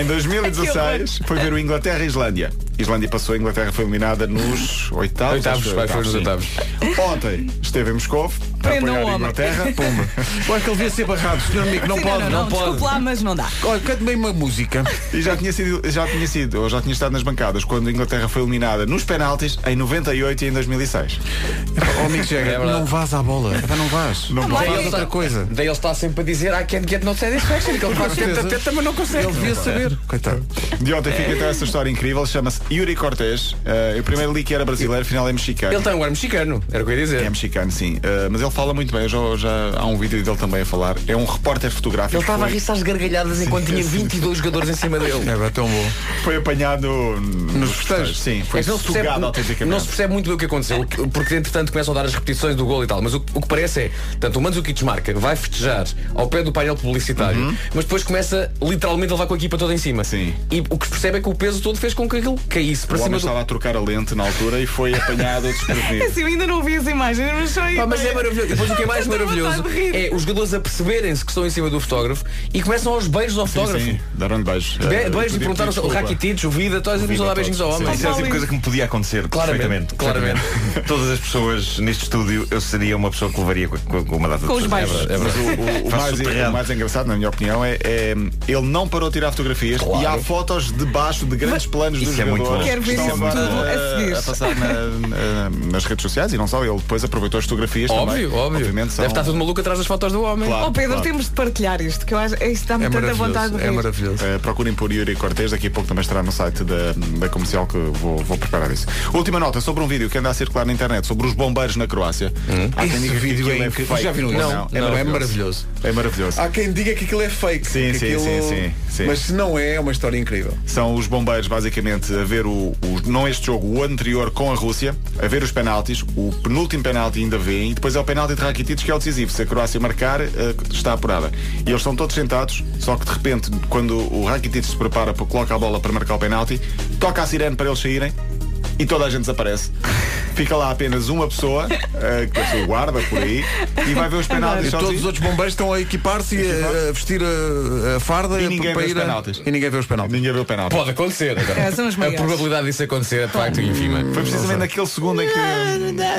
Speaker 11: Em 2016 foi ver o Inglaterra e Islândia. Islândia passou, a Inglaterra foi eliminada nos oitavos.
Speaker 6: Oitavos,
Speaker 11: acho que
Speaker 6: vai, foi nos
Speaker 11: sim. Ontem esteve em Moscou,
Speaker 2: Prendam o
Speaker 11: apoiar a
Speaker 2: um homem.
Speaker 11: Inglaterra, pumba.
Speaker 1: Eu acho que ele devia ser barrado, senhor amigo, não
Speaker 2: Sim,
Speaker 1: pode,
Speaker 2: não,
Speaker 1: não
Speaker 2: não,
Speaker 1: pode.
Speaker 2: Desculpe lá, mas não dá.
Speaker 1: Olha, cante bem uma música.
Speaker 11: E já tinha sido, já tinha sido, ou já tinha estado nas bancadas quando a Inglaterra foi eliminada nos penaltis em 98 e em 2006.
Speaker 1: Oh, amigo, chega, não vás à bola. Epá, não vás.
Speaker 11: Não
Speaker 1: Faz
Speaker 11: vais.
Speaker 1: outra coisa.
Speaker 6: Daí ele está sempre a dizer I can't get no satisfaction. Que ele faz tenta, tenta, mas não consegue.
Speaker 1: Ele devia saber. Coitado.
Speaker 11: De ontem fica então essa história incrível, chama-se Yuri Cortés. Eh, eu primeiro li que era brasileiro, afinal é mexicano.
Speaker 6: Ele tem um ar mexicano, era o que eu ia dizer.
Speaker 11: É mexicano, sim. Eh, mas ele fala muito bem, eu já, já há um vídeo dele também a falar. É um repórter fotográfico.
Speaker 6: Ele estava a
Speaker 11: Foi-
Speaker 6: rir-se às gargalhadas enquanto tinha 22 jogadores em cima dele.
Speaker 1: É, pá, tão bom.
Speaker 11: Foi apanhado um nos festejos. Sim, foi
Speaker 6: É que não se, percebe,
Speaker 11: sugado
Speaker 6: não,
Speaker 11: autenticamente.
Speaker 6: se percebe muito bem o que aconteceu, o que- porque entretanto começam a dar as repetições do gol e tal. Mas o, o que parece é, tanto o Mandzukic marca, vai festejar ao pé do painel publicitário, mas depois começa literalmente a levar com a equipa toda em cima.
Speaker 11: Sim.
Speaker 6: E o que se percebe é que o peso todo fez com que aquilo caísse para
Speaker 11: O homem
Speaker 6: cima do.
Speaker 11: estava a trocar a lente na altura e foi apanhado desprevenido.
Speaker 2: Assim, eu ainda não vi as imagens, mas só aí.
Speaker 6: Pá, mas é maravilhoso. E Depois o que é mais
Speaker 2: Estou a matar de
Speaker 6: maravilhoso
Speaker 2: rir.
Speaker 6: é os jogadores a perceberem-se que estão em cima do fotógrafo e começam aos beijos ao
Speaker 11: Sim,
Speaker 6: fotógrafo.
Speaker 11: sim, Deram-lhe beijos.
Speaker 6: Be-
Speaker 11: Eh,
Speaker 6: Beijos
Speaker 11: pedi-
Speaker 6: e perguntaram
Speaker 11: pedi
Speaker 6: o
Speaker 11: desculpa.
Speaker 6: Rakitic, o Vida, todos eles começam a dar beijinhos ao homem.
Speaker 10: Isso é o tipo de coisa que me podia acontecer
Speaker 6: Claramente,
Speaker 10: perfeitamente.
Speaker 6: claramente.
Speaker 10: perfeitamente. Todas as pessoas neste estúdio, eu seria uma pessoa que levaria com, com- com uma data
Speaker 2: Com os
Speaker 10: de pessoas.
Speaker 2: baixos.
Speaker 10: É
Speaker 11: Mas
Speaker 10: verdade,
Speaker 11: o,
Speaker 10: é verdade.
Speaker 11: o- o
Speaker 10: Faço
Speaker 11: mais,
Speaker 10: terreno.
Speaker 11: o mais engraçado, na minha opinião, é, é, ele não parou de tirar fotografias e há fotos debaixo de grandes planos dos
Speaker 10: Isso é muito
Speaker 11: jogadores.
Speaker 10: bom.
Speaker 2: Quero ver
Speaker 11: Estão
Speaker 2: isso
Speaker 11: agora
Speaker 2: tudo a
Speaker 11: a-
Speaker 2: seguir.
Speaker 11: a passar na- na- nas redes sociais e não só, ele depois aproveitou as fotografias
Speaker 6: Óbvio,
Speaker 11: também.
Speaker 6: óbvio.
Speaker 11: Obviamente são-
Speaker 6: Deve estar tudo maluco atrás das fotos do homem.
Speaker 11: Claro,
Speaker 2: Oh Pedro,
Speaker 11: claro.
Speaker 2: temos de partilhar isto, que eu acho isto dá-me
Speaker 1: É
Speaker 2: tanta vontade
Speaker 1: maravilhoso.
Speaker 2: de rir.
Speaker 1: É maravilhoso.
Speaker 11: Uh, procurem por Yuri Cortez, daqui a pouco também estará no site da, da comercial que vou, vou preparar isso. Última nota sobre um vídeo que anda a circular na internet sobre os bombeiros na Croácia. Há quem
Speaker 1: Esse
Speaker 11: diga que
Speaker 1: vídeo
Speaker 11: aquilo
Speaker 1: é incrível.
Speaker 11: fake.
Speaker 1: Já viram isso?
Speaker 11: Não,
Speaker 1: Não,
Speaker 11: é,
Speaker 1: não, é
Speaker 11: maravilhoso.
Speaker 1: maravilhoso.
Speaker 11: É maravilhoso.
Speaker 1: Há quem diga que aquilo é fake.
Speaker 11: Sim,
Speaker 1: que
Speaker 11: sim,
Speaker 1: aquilo-
Speaker 11: sim, sim, sim.
Speaker 1: Mas se não é, é uma história incrível.
Speaker 11: São os bombeiros basicamente a ver o, o- não este jogo, o anterior com a Rússia, a ver os penaltis, o penúltimo penalti ainda vem, e depois é o penalti de Rakitic que é o decisivo. Se a Croácia marcar, eh, está apurada. E eles estão todos sentados, só que de repente, quando o Rakitic se prepara, para- coloca a bola para marcar o penalti, toca a sirene para eles saírem e toda a gente desaparece. Fica lá apenas uma pessoa, eh, que é o guarda por aí, e vai ver os penaltis
Speaker 1: E todos os
Speaker 11: sozinho.
Speaker 1: outros bombeiros estão a equipar-se e a, a vestir a, a farda
Speaker 11: E
Speaker 1: a-
Speaker 11: ninguém
Speaker 1: para
Speaker 11: vê os
Speaker 1: ir a-
Speaker 11: penaltis.
Speaker 1: E ninguém vê os penaltis.
Speaker 11: Ninguém vê o penalti.
Speaker 6: Pode acontecer agora.
Speaker 2: É, são os
Speaker 6: a
Speaker 2: maiores.
Speaker 6: probabilidade disso acontecer é de facto ínfima.
Speaker 11: Foi precisamente naquele segundo em que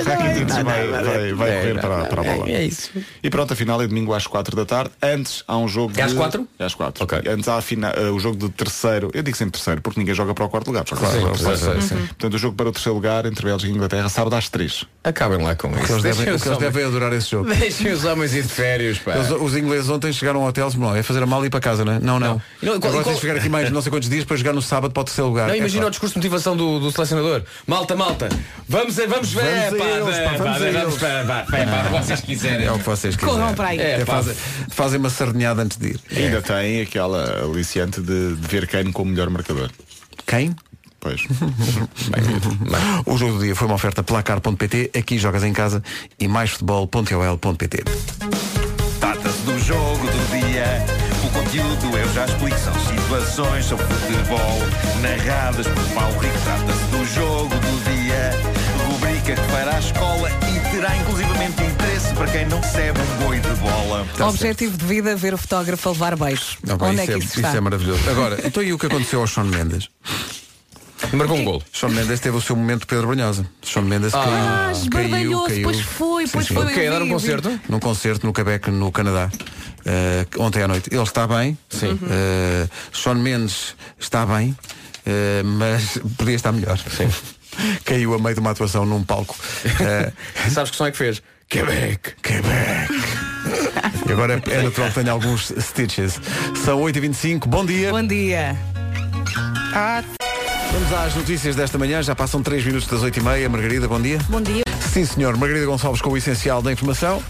Speaker 11: Rakitic vai, vai, vai correr para, para a bola.
Speaker 6: É isso.
Speaker 11: E pronto, a final é domingo às 4 da tarde. Antes há um jogo.
Speaker 6: É às
Speaker 11: de-
Speaker 6: quatro?
Speaker 11: É às 4.
Speaker 6: Ok.
Speaker 11: Antes há a fina- eh, o jogo de terceiro. Eu digo sempre terceiro, porque ninguém joga para o quarto lugar. Joga para o
Speaker 6: Sim,
Speaker 11: terceiro.
Speaker 6: sim,
Speaker 1: Uhum.
Speaker 6: sim.
Speaker 11: Portanto, o jogo para o terceiro lugar entre Bélgica e Inglaterra, sábado às 3.
Speaker 6: Acabem lá com
Speaker 1: O que
Speaker 6: isso.
Speaker 1: eles devem,
Speaker 6: Deixem
Speaker 1: o
Speaker 6: os
Speaker 1: que eles
Speaker 6: homens-
Speaker 1: devem adorar esse jogo.
Speaker 6: Deixem os homens ir de férias, pá.
Speaker 1: Eles- os ingleses ontem chegaram ao hotel e disseram, "Não, é fazer a mala e ir para casa, não é? Não, não.
Speaker 6: E não, e qual-
Speaker 1: Agora
Speaker 6: e qual-
Speaker 1: tens de ficar aqui mais não sei quantos dias para jogar no sábado para o terceiro lugar.
Speaker 6: Não,
Speaker 1: É
Speaker 6: imagina
Speaker 1: pá.
Speaker 6: o discurso de motivação do, do selecionador. Malta, malta, vamos a, vamos ver.
Speaker 1: Vamos a
Speaker 6: pá, dá,
Speaker 1: eles, pá, vamos
Speaker 6: dá,
Speaker 1: a
Speaker 6: vamos
Speaker 1: eles.
Speaker 6: pá, vá, pá, pá, vocês quiserem.
Speaker 1: É o que vocês quiserem.
Speaker 2: Corram para aí.
Speaker 6: É,
Speaker 1: Até
Speaker 6: pá.
Speaker 1: fazem, fazem uma sardenhada antes de ir.
Speaker 11: Ainda tem aquela aliciante de, de ver Kane como melhor marcador.
Speaker 1: Quem?
Speaker 11: Pois.
Speaker 1: O jogo do dia foi uma oferta placar.pt, aqui jogas em casa e maisfutebol.ol.pt.
Speaker 10: Trata-se do jogo do dia. O conteúdo é eu já explico. São situações sobre futebol narradas por Paulo Rico. Trata-se do jogo do dia. Rubrica que fará a escola e terá inclusivamente interesse para quem não recebe um boi de bola.
Speaker 1: Tá.
Speaker 2: Objetivo de vida, é ver o fotógrafo a levar beijos.
Speaker 1: Não, pá,
Speaker 2: Onde é
Speaker 1: isso,
Speaker 2: que
Speaker 1: é,
Speaker 2: isso
Speaker 1: isso
Speaker 2: está?
Speaker 1: é maravilhoso. Agora, então e o que aconteceu ao Sean Mendes?
Speaker 6: Marcou um gol.
Speaker 1: Sean Mendes teve o seu momento Pedro Brunhosa. Sean Mendes
Speaker 2: Ah,
Speaker 1: caiu, caiu,
Speaker 2: esbardalhou-se,
Speaker 1: caiu.
Speaker 2: pois foi, pois
Speaker 1: sim.
Speaker 2: foi.
Speaker 6: Quer dar um
Speaker 2: vi, vi.
Speaker 6: concerto?
Speaker 1: num concerto no Quebec, no Canadá, eh, ontem à noite. Ele está bem, sim. Sean Mendes está bem, eh, mas podia estar melhor. Sim. Caiu a meio de uma atuação num palco. Eh,
Speaker 6: Sabes que som é que fez? Quebec.
Speaker 1: Quebec. E agora é natural que tenha alguns stitches. São 8h25, bom dia.
Speaker 2: Bom dia.
Speaker 6: Ah.
Speaker 1: Vamos às notícias desta manhã, já passam 3 minutos das 8h30. Margarida, bom dia.
Speaker 3: Bom dia.
Speaker 1: Sim, senhor. Margarida Gonçalves com o essencial da informação.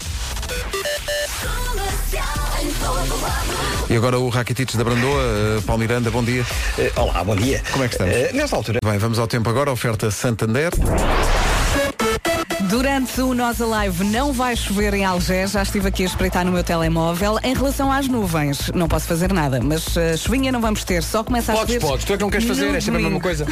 Speaker 1: E agora o Rakitic da Brandoa, eh, Paulo Miranda, bom dia.
Speaker 4: Eh, olá, bom dia.
Speaker 1: Como é que estamos?
Speaker 4: Eh, nesta altura,
Speaker 1: Bem, vamos ao tempo agora, oferta Santander.
Speaker 2: Durante o Nós Alive não vai chover em Algés, já estive aqui a espreitar no meu telemóvel. Em relação às nuvens, não posso fazer nada, mas eh, chuvinha não vamos ter, só começa a
Speaker 6: Podes,
Speaker 2: chover.
Speaker 6: podes. Tu é que não queres fazer,
Speaker 2: no
Speaker 6: é sempre a mesma
Speaker 2: domingo.
Speaker 6: coisa.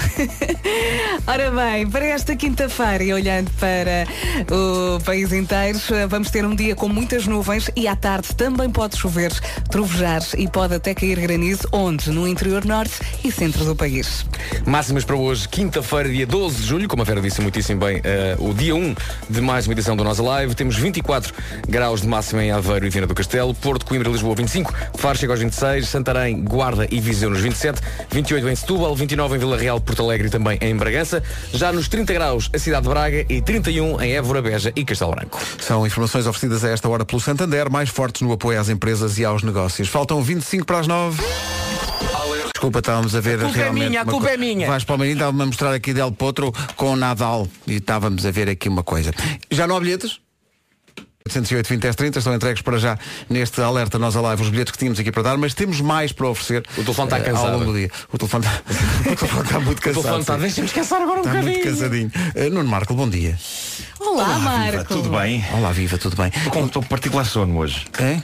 Speaker 2: Ora bem, para esta quinta-feira e olhando para o país inteiro, eh, vamos ter um dia com muitas nuvens e à tarde também pode chover, trovejar e pode até cair granizo, onde? No interior norte e centro do país.
Speaker 6: Máximas para hoje, quinta-feira, dia 12 de julho, como a Vera disse muitíssimo bem, eh, o dia 1 de mais uma edição do Nós Live. Temos 24 graus de máxima em Aveiro e Viana do Castelo, Porto, Coimbra e Lisboa 25, Faro chega aos 26, Santarém, Guarda e Viseu nos 27, 28 em Setúbal, 29 em Vila Real, Porto Alegre e também em Bragança. Já nos 30 graus a cidade de Braga e 31 em Évora, Beja e Castelo Branco.
Speaker 1: São informações oferecidas a esta hora pelo Santander, mais fortes no apoio às empresas e aos negócios. Faltam 25 para as 9. Desculpa, estávamos a ver
Speaker 6: culpa é
Speaker 1: realmente.
Speaker 6: minha, a
Speaker 1: uma
Speaker 6: culpa
Speaker 1: co-
Speaker 6: é minha.
Speaker 1: Vasco Palmeirinho estava-me a mostrar aqui Del Potro com o Nadal e estávamos a ver aqui uma coisa. Já não há bilhetes? 808 20 10 30 estão entregues para já neste alerta nós a live os bilhetes que tínhamos aqui para dar, mas temos mais para oferecer. O
Speaker 6: telefone está
Speaker 1: Ao
Speaker 6: cansado.
Speaker 1: longo do dia. O telefone está, o telefone está muito cansado.
Speaker 6: telefone está,
Speaker 1: sim.
Speaker 6: "Deixa-me descansar agora um
Speaker 1: Está Tá muito
Speaker 6: bocadinho."
Speaker 1: cansadinho. Eh, Nuno Marco, bom dia.
Speaker 2: Olá, Marco.
Speaker 1: bem? Olá, viva, tudo bem.
Speaker 12: Com estou particular sono hoje.
Speaker 1: É?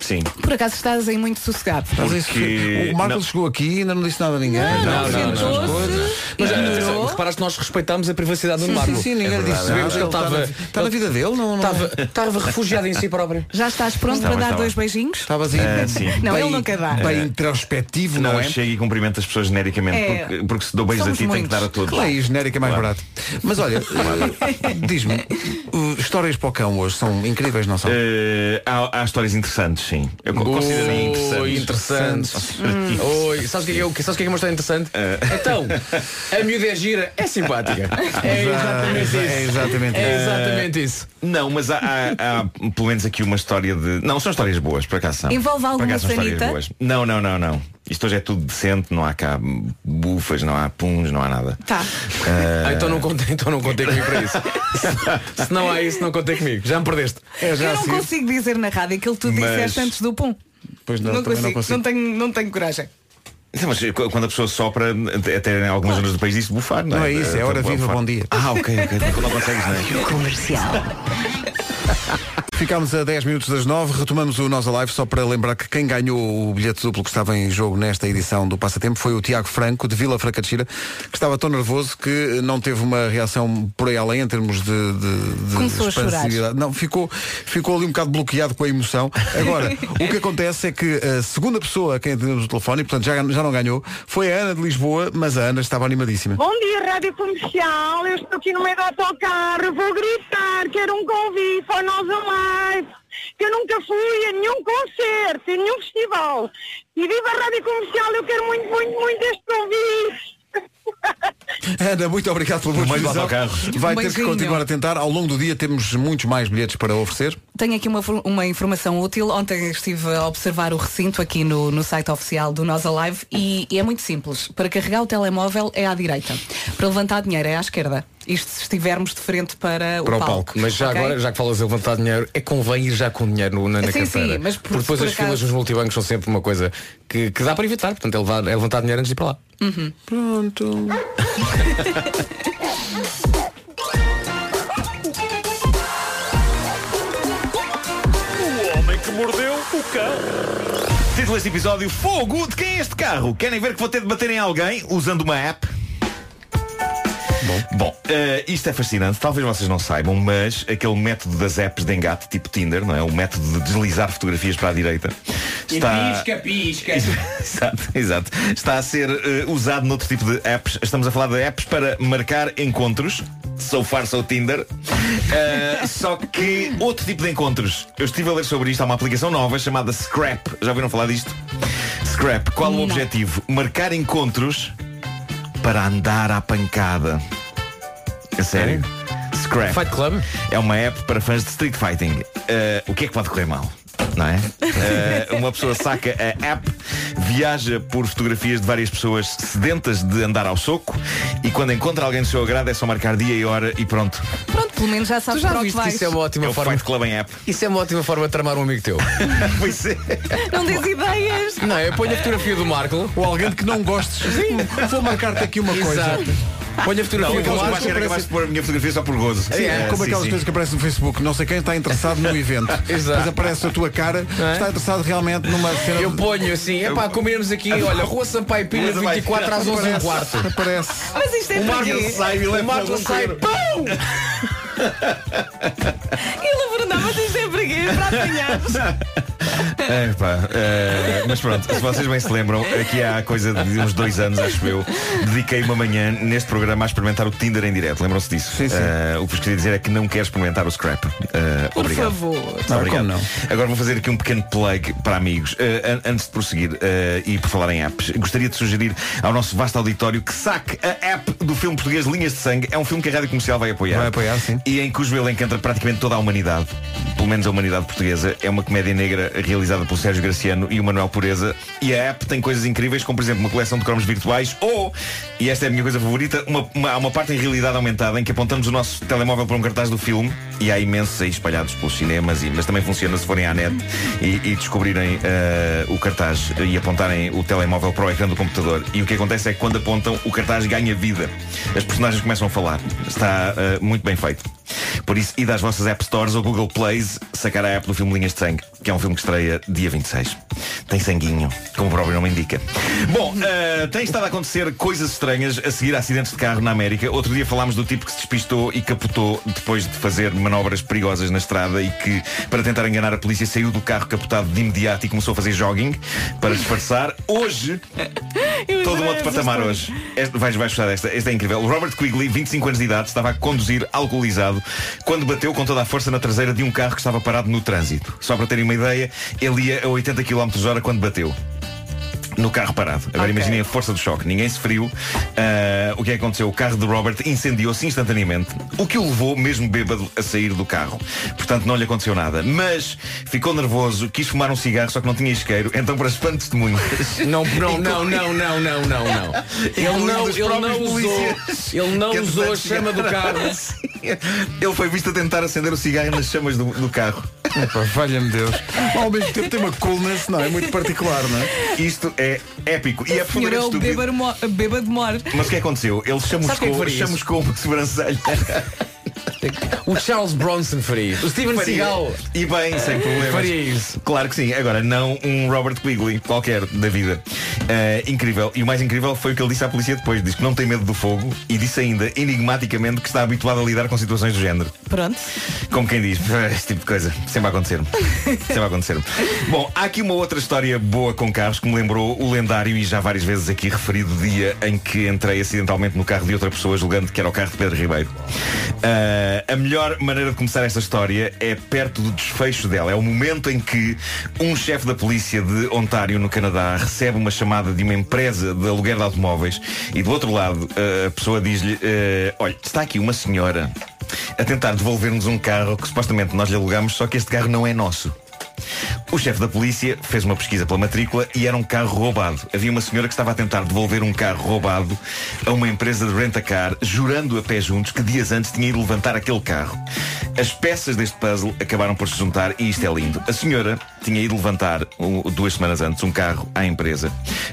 Speaker 12: Sim.
Speaker 2: Por acaso estás aí muito sossegado.
Speaker 1: Mas isso-
Speaker 12: Porque-
Speaker 1: O Marco
Speaker 12: não.
Speaker 1: chegou aqui e ainda não disse nada a ninguém.
Speaker 2: Não, não, não, não.
Speaker 6: Mas
Speaker 2: Ignorou.
Speaker 6: eh, reparaste, nós respeitamos a privacidade do
Speaker 1: Sim,
Speaker 6: Marco.
Speaker 1: sim, sim,
Speaker 2: É
Speaker 1: ninguém disse nada.
Speaker 6: Sabemos que ele
Speaker 1: Ele
Speaker 6: estava.
Speaker 1: está na- está na vida dele, não? é?
Speaker 6: Estava estava refugiado em si próprio.
Speaker 2: Já estás pronto
Speaker 12: Estava,
Speaker 2: para dar
Speaker 12: estava.
Speaker 2: dois beijinhos?
Speaker 1: Estavas aí.
Speaker 12: Ah, sim.
Speaker 2: Não,
Speaker 12: É.
Speaker 1: É, Bem- é.
Speaker 2: ele nunca dá.
Speaker 1: Bem introspectivo, não,
Speaker 12: Não,
Speaker 1: é?
Speaker 12: chega e cumprimento as pessoas genericamente,
Speaker 2: É.
Speaker 12: porque, porque se dou beijos a
Speaker 2: Somos
Speaker 12: ti tenho que
Speaker 2: muitos.
Speaker 12: dar a todos.
Speaker 1: Claro, e genérica é mais
Speaker 12: Claro.
Speaker 1: barato. Mas olha, eh, diz-me, eh, histórias para o cão hoje são incríveis, não são?
Speaker 12: Eh, há, há histórias interessantes, sim. Eu co- considero
Speaker 6: Oi, interessante.
Speaker 12: interessantes.
Speaker 1: Hum.
Speaker 6: Oi, sabes o que é que é o que? Sabes o que é que é uma história interessante?
Speaker 12: Ah.
Speaker 6: Então, a miúda é gira, é simpática. É exatamente isso.
Speaker 1: É exatamente
Speaker 6: É
Speaker 1: isso.
Speaker 6: exatamente isso.
Speaker 12: Eh, Não, mas há, há- há pelo menos aqui uma história de. Não, são histórias boas, por acaso são.
Speaker 2: Envolve
Speaker 12: Por
Speaker 2: alguma
Speaker 12: acaso são histórias
Speaker 2: sanita?
Speaker 12: boas. Não, não, não, não. Isto hoje é tudo decente, não há cá bufas, não há puns, não há nada. Eh,
Speaker 2: Tá.
Speaker 6: Ah, então não contei, então não contei comigo para isso. Se- Se não há isso, não contei comigo. Já me perdeste.
Speaker 1: É já
Speaker 2: Eu não
Speaker 1: assim?
Speaker 2: consigo dizer na rádio aquilo que tu
Speaker 12: Mas-
Speaker 2: disseste antes do pum.
Speaker 1: Pois não, também não consigo.
Speaker 2: não tenho, não tenho coragem.
Speaker 12: Sim, mas eh, quando a pessoa sopra, até em algumas zonas do país diz bufar, não é?
Speaker 1: Não é isso, é hora
Speaker 12: Então,
Speaker 1: viva,
Speaker 12: bufar.
Speaker 1: bom dia.
Speaker 12: Ah, ok, ok. Não consegues, não é?
Speaker 1: Ficámos a 10 minutos das 9, retomamos o Nós Alive só para lembrar que quem ganhou o bilhete duplo que estava em jogo nesta edição do Passatempo foi o Tiago Franco, de Vila Franca de Xira, que estava tão nervoso que eh, não teve uma reação por aí além em termos de, de, de
Speaker 2: Começou a chorar.
Speaker 1: expansividade. Não, ficou, ficou ali um bocado bloqueado com a emoção. Agora, o que acontece é que a segunda pessoa a quem atendemos o telefone, e portanto já, já não ganhou, foi a Ana de Lisboa, mas a Ana estava animadíssima.
Speaker 13: Bom dia, Rádio Comercial. Eu estou aqui no meio do autocarro. Vou gritar, quero um convite para nós live. Que eu nunca fui a nenhum concerto, a nenhum festival. E viva a Rádio Comercial, eu quero muito, muito, muito este convite.
Speaker 1: Ana, muito obrigado pela boa
Speaker 12: meio do
Speaker 1: disposição.
Speaker 12: autocarro.
Speaker 1: Vai
Speaker 2: Um
Speaker 1: ter que
Speaker 2: beijinho.
Speaker 1: continuar a tentar. Ao longo do dia temos muitos mais bilhetes para oferecer.
Speaker 2: Tenho aqui uma, for- uma informação útil. Ontem estive a observar o recinto aqui no, no site oficial do Nós Alive e, e é muito simples. Para carregar o telemóvel é à direita. Para levantar dinheiro é à esquerda. Isto se estivermos de frente para,
Speaker 1: Para o
Speaker 2: o palco.
Speaker 1: palco.
Speaker 6: Mas já
Speaker 2: ok?
Speaker 6: agora, já que falas a levantar dinheiro, é convém ir já com dinheiro no- na, na
Speaker 2: Sim, sim,
Speaker 6: carteira.
Speaker 2: mas por-
Speaker 6: Porque depois
Speaker 2: por
Speaker 6: as filas
Speaker 2: acaso-
Speaker 6: nos multibancos são sempre uma coisa que, que dá para evitar. Portanto, é, levar, é levantar dinheiro antes de ir para lá.
Speaker 2: Uhum.
Speaker 1: Pronto.
Speaker 12: Título deste episódio Fogo de quem é este carro? Querem ver que vou ter de bater em alguém usando uma app? Bom, eh, isto é fascinante, talvez vocês não saibam, mas aquele método das apps de engate, tipo Tinder, não é? O método de deslizar fotografias para a direita.
Speaker 6: pisca.
Speaker 12: exato, exato. Está a ser eh, usado noutro tipo de apps. Estamos a falar de apps para marcar encontros. So far, so Tinder. Eh, só que outro tipo de encontros. Eu estive a ler sobre isto. Há uma aplicação nova chamada Scrap. Já ouviram falar disto? Scrap. Qual o objetivo? Marcar encontros para andar à pancada. A sério? Scrap.
Speaker 6: Fight Club?
Speaker 12: É uma app para fãs de Street Fighting. Eh, o que é que pode correr mal? Não é? Eh, uma pessoa saca a app, viaja por fotografias de várias pessoas sedentas de andar ao soco e quando encontra alguém do seu agrado é só marcar dia e hora e pronto.
Speaker 2: Pronto, pelo menos já
Speaker 6: Tu
Speaker 2: sabes
Speaker 6: já
Speaker 2: Tá para o que
Speaker 6: viste que
Speaker 2: vais.
Speaker 6: isso é uma
Speaker 12: é
Speaker 6: ótima
Speaker 12: o
Speaker 6: forma.
Speaker 12: Fight Club em app.
Speaker 6: Isso é uma ótima forma de tramar um amigo teu.
Speaker 12: pois é.
Speaker 2: Não tens ideias.
Speaker 6: Não, eu ponho a fotografia do Marco.
Speaker 1: Ou alguém de que não gostes. Vou marcar-te aqui uma coisa.
Speaker 6: Exato. Ponho a
Speaker 12: Não,
Speaker 6: fotografia
Speaker 12: eu
Speaker 6: do
Speaker 12: acho
Speaker 6: Marco.
Speaker 12: que era capaz de pôr a minha fotografia só por gozo.
Speaker 1: Sim,
Speaker 6: É,
Speaker 1: é,
Speaker 12: Eh,
Speaker 1: como
Speaker 12: sim,
Speaker 1: aquelas
Speaker 12: sim.
Speaker 1: coisas que aparecem no Facebook. Não sei quem está interessado no evento.
Speaker 6: Exato.
Speaker 1: Mas aparece a tua cara.
Speaker 6: é?
Speaker 1: Está interessado realmente numa cena.
Speaker 6: Eu ponho assim, é pá, combinamos aqui, olha, Rua Sampaio Pina,
Speaker 12: Rua Sampaio Pina.
Speaker 6: 24 às 11 h
Speaker 1: aparece,
Speaker 6: quarto.
Speaker 1: aparece.
Speaker 2: Mas isto é
Speaker 6: O
Speaker 2: para
Speaker 6: Marco
Speaker 2: quê?
Speaker 6: sai e leva para algum canto.
Speaker 2: E ele perguntava, mas isto é para quê? Para
Speaker 12: É, pá, eh, mas pronto, se vocês bem se lembram, aqui há coisa de uns dois anos, acho eu, dediquei uma manhã neste programa a experimentar o Tinder em direto. Lembram-se disso?
Speaker 1: sim.
Speaker 12: Eh, o que vos queria dizer é que não quero experimentar o Scrap. Eh,
Speaker 1: Por
Speaker 12: obrigado.
Speaker 1: favor.
Speaker 12: Não,
Speaker 1: Não,
Speaker 12: obrigado.
Speaker 1: como não?
Speaker 12: Agora vou fazer aqui um pequeno plug para amigos. Eh, an- antes de prosseguir eh, e por falar em apps, gostaria de sugerir ao nosso vasto auditório que saque a app do filme português Linhas de Sangue. É um filme que a Rádio Comercial vai apoiar.
Speaker 1: Vai apoiar, sim.
Speaker 12: E em cujo elenco entra praticamente toda a humanidade. Pelo menos a humanidade portuguesa. É uma comédia negra realizada pelo Sérgio Graciano e o Manuel Pureza. E a app tem coisas incríveis, como por exemplo uma coleção de cromos virtuais ou, e esta é a minha coisa favorita, uma, uma, há uma parte em realidade aumentada em que apontamos o nosso telemóvel para um cartaz do filme e há imensos aí espalhados pelos cinemas, e, mas também funciona se forem à net e, e descobrirem eh, o cartaz e apontarem o telemóvel para o ecrã do computador. E o que acontece é que quando apontam, o cartaz ganha vida. As personagens começam a falar. Está eh, muito bem feito. Por isso, id às vossas App Stores ou Google Plays sacar a app do filme Linhas de Sangue, que é um filme que estreia dia 26. Tem sanguinho, como o próprio nome indica. Bom, eh, tem estado a acontecer coisas estranhas a seguir a acidentes de carro na América. Outro dia falámos do tipo que se despistou e capotou depois de fazer manobras perigosas na estrada e que, para tentar enganar a polícia, saiu do carro capotado de imediato e começou a fazer jogging para disfarçar. Hoje, todo um outro patamar hoje. Este- vais, vais gostar desta. Esta é incrível. O Robert Quigley, 25 anos de idade, estava a conduzir alcoolizado quando bateu com toda a força na traseira de um carro que estava parado no trânsito. Só para terem uma ideia, ele ia a 80 km hora quando bateu. No carro parado. Agora imaginem a força do choque. Ninguém se feriu. Ah, o que é que aconteceu? O carro de Robert incendiou-se instantaneamente, o que o levou, mesmo bêbado, a sair do carro. Portanto, não lhe aconteceu nada. Mas ficou nervoso, quis fumar um cigarro, só que não tinha isqueiro. Então, para espanto de testemunhas.
Speaker 6: Não, não, não, não, não, não, não, não. Ele não, ele não usou, ele não
Speaker 12: é
Speaker 6: usou a chama do carro.
Speaker 12: assim. Ele foi visto a tentar acender o cigarro nas chamas do, do carro.
Speaker 1: Valha-me Deus. Ao mesmo tempo tem uma coolness, não é? Muito particular, não é?
Speaker 12: Isto é épico. E é
Speaker 2: Senhor, é o
Speaker 12: profundamente estúpido.
Speaker 2: bêbado mo- bêbado mor.
Speaker 12: Mas o que aconteceu? Ele
Speaker 6: Sabe quem
Speaker 12: chamuscou,
Speaker 6: faria isso?
Speaker 12: chamuscou uma sobrancelha.
Speaker 6: O Charles Bronson faria. isso. O Steven
Speaker 12: Faria.
Speaker 6: Seagal.
Speaker 12: E bem, sem problemas.
Speaker 6: Faria isso.
Speaker 12: Claro que sim. Agora, não um Robert Quigley qualquer da vida. Eh, incrível. E o mais incrível foi o que ele disse à polícia depois. Diz que não tem medo do fogo e disse ainda, enigmaticamente, que está habituado a lidar com situações do género.
Speaker 2: Pronto.
Speaker 12: Como quem diz, este tipo de coisa. Sempre a acontecer. Sempre a acontecer. Bom, há aqui uma outra história boa com carros que me lembrou o lendário e já várias vezes aqui referido dia em que entrei acidentalmente no carro de outra pessoa, julgando que era o carro de Pedro Ribeiro. Ah, a melhor maneira de começar esta história é perto do desfecho dela. É o momento em que um chefe da polícia de Ontário, no Canadá, recebe uma chamada de uma empresa de aluguer de automóveis e do outro lado ah, a pessoa diz-lhe, ah, olha, está aqui uma senhora a tentar devolver-nos um carro que supostamente nós lhe alugamos, só que este carro não é nosso. O chefe da polícia fez uma pesquisa pela matrícula e era um carro roubado. Havia uma senhora que estava a tentar devolver um carro roubado a uma empresa de rent-a-car, jurando a pé juntos que dias antes tinha ido levantar aquele carro. As peças deste puzzle acabaram por se juntar e isto é lindo. A senhora tinha ido levantar um- duas semanas antes um carro à empresa,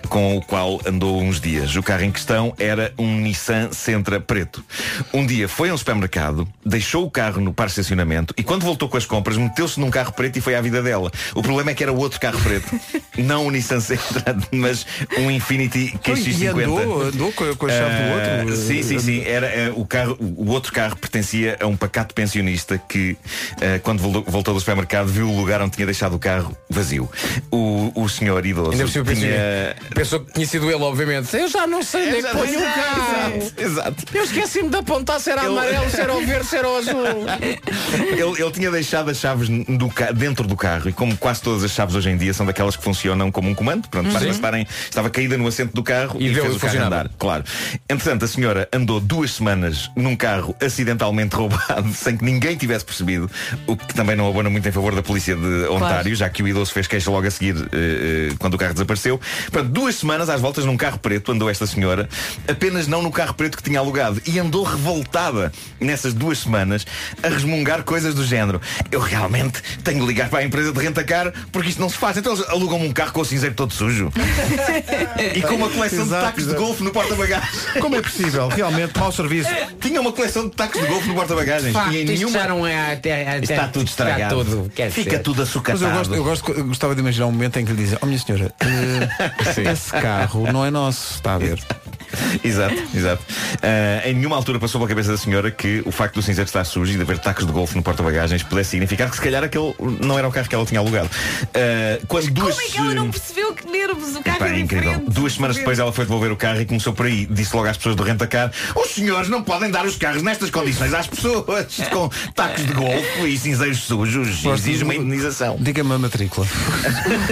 Speaker 12: com o qual andou uns dias. O carro em questão era um Nissan Sentra preto. Um dia foi a um supermercado, deixou o carro no par de estacionamento e quando voltou com as compras meteu-se num carro preto e foi à vida dela. O problema é que era outro carro preto. não um Nissan Sentra, mas um Infinity QX50.
Speaker 1: Então, E andou, andou com a, com a chave
Speaker 12: Ah,
Speaker 1: do outro. eh,
Speaker 12: Sim, sim, sim. Era, eh, o, carro, o outro carro pertencia a um pacato pensionista que, eh, quando vol- voltou do supermercado, viu o lugar onde tinha deixado o carro vazio. O, o senhor idoso
Speaker 6: Ainda por cima pensou,
Speaker 12: tinha.
Speaker 6: pensou que tinha sido ele, obviamente. Eu já não sei onde é que
Speaker 12: já
Speaker 6: ponho o
Speaker 12: sei,
Speaker 6: carro.
Speaker 12: exato, Exato.
Speaker 6: Eu esqueci-me de apontar se era
Speaker 12: Ele-
Speaker 6: amarelo, se era o verde, se era o azul.
Speaker 12: ele, ele tinha deixado as chaves n- do ca- dentro do carro e como quase todas as chaves hoje em dia são daquelas que funcionam como um comando, pronto,
Speaker 6: Uhum.
Speaker 12: para
Speaker 6: Sim.
Speaker 12: estarem, estava caída no assento do carro
Speaker 6: E
Speaker 12: e,
Speaker 6: deu
Speaker 12: fez
Speaker 6: e
Speaker 12: o carro
Speaker 6: funcionava.
Speaker 12: andar. Claro. Entretanto, a senhora andou duas semanas num carro acidentalmente roubado, sem que ninguém tivesse percebido, o que também não abona muito em favor da polícia de Ontário, já que o idoso fez queixa logo a seguir eh, eh, quando o carro desapareceu. Portanto, duas semanas às voltas num carro preto andou esta senhora, apenas não no carro preto que tinha alugado, e andou revoltada nessas duas semanas a resmungar coisas do género. Eu realmente tenho de ligar para a empresa de renta-car porque isto não se faz. Então eles alugam-me um carro com o cinzeiro todo sujo. E com uma coleção
Speaker 1: Exato,
Speaker 12: de tacos
Speaker 1: exato.
Speaker 12: de golfe no porta-bagagens.
Speaker 1: Como é possível? Realmente, mau serviço.
Speaker 12: Tinha uma coleção de tacos de golfe no porta-bagagens.
Speaker 6: Facto,
Speaker 12: Tinha
Speaker 6: isto
Speaker 12: nenhuma.
Speaker 6: já não é até, até-
Speaker 12: Está tudo estragado.
Speaker 6: Está tudo, quer
Speaker 12: Fica
Speaker 6: dizer.
Speaker 12: tudo
Speaker 1: Mas
Speaker 12: açucatado.
Speaker 1: eu, gosto, eu, gosto- eu gostava de imaginar um momento em que lhe dizem, oh minha senhora, eh,
Speaker 6: Sim.
Speaker 1: esse carro não é nosso, está a ver.
Speaker 12: exato, exato. Ah, em nenhuma altura passou pela cabeça da senhora que o facto do cinzeiro estar sujo e de haver tacos de golfe no porta-bagagens pudesse significar que se calhar aquele não era o carro que ela tinha alugado. Ah, quando duas
Speaker 8: Como é que ela não percebeu que nervos? O carro
Speaker 12: Epá,
Speaker 8: é,
Speaker 12: é incrível.
Speaker 8: diferente.
Speaker 12: Duas semanas depois ela foi devolver o carro e começou por aí. Disse logo às pessoas do rentacar, os senhores não podem dar os carros nestas condições às pessoas, com tacos de golfe e cinzeiros sujos.
Speaker 14: Nós
Speaker 12: Exige uma
Speaker 14: diz-
Speaker 12: indenização.
Speaker 14: Diga-me a matrícula.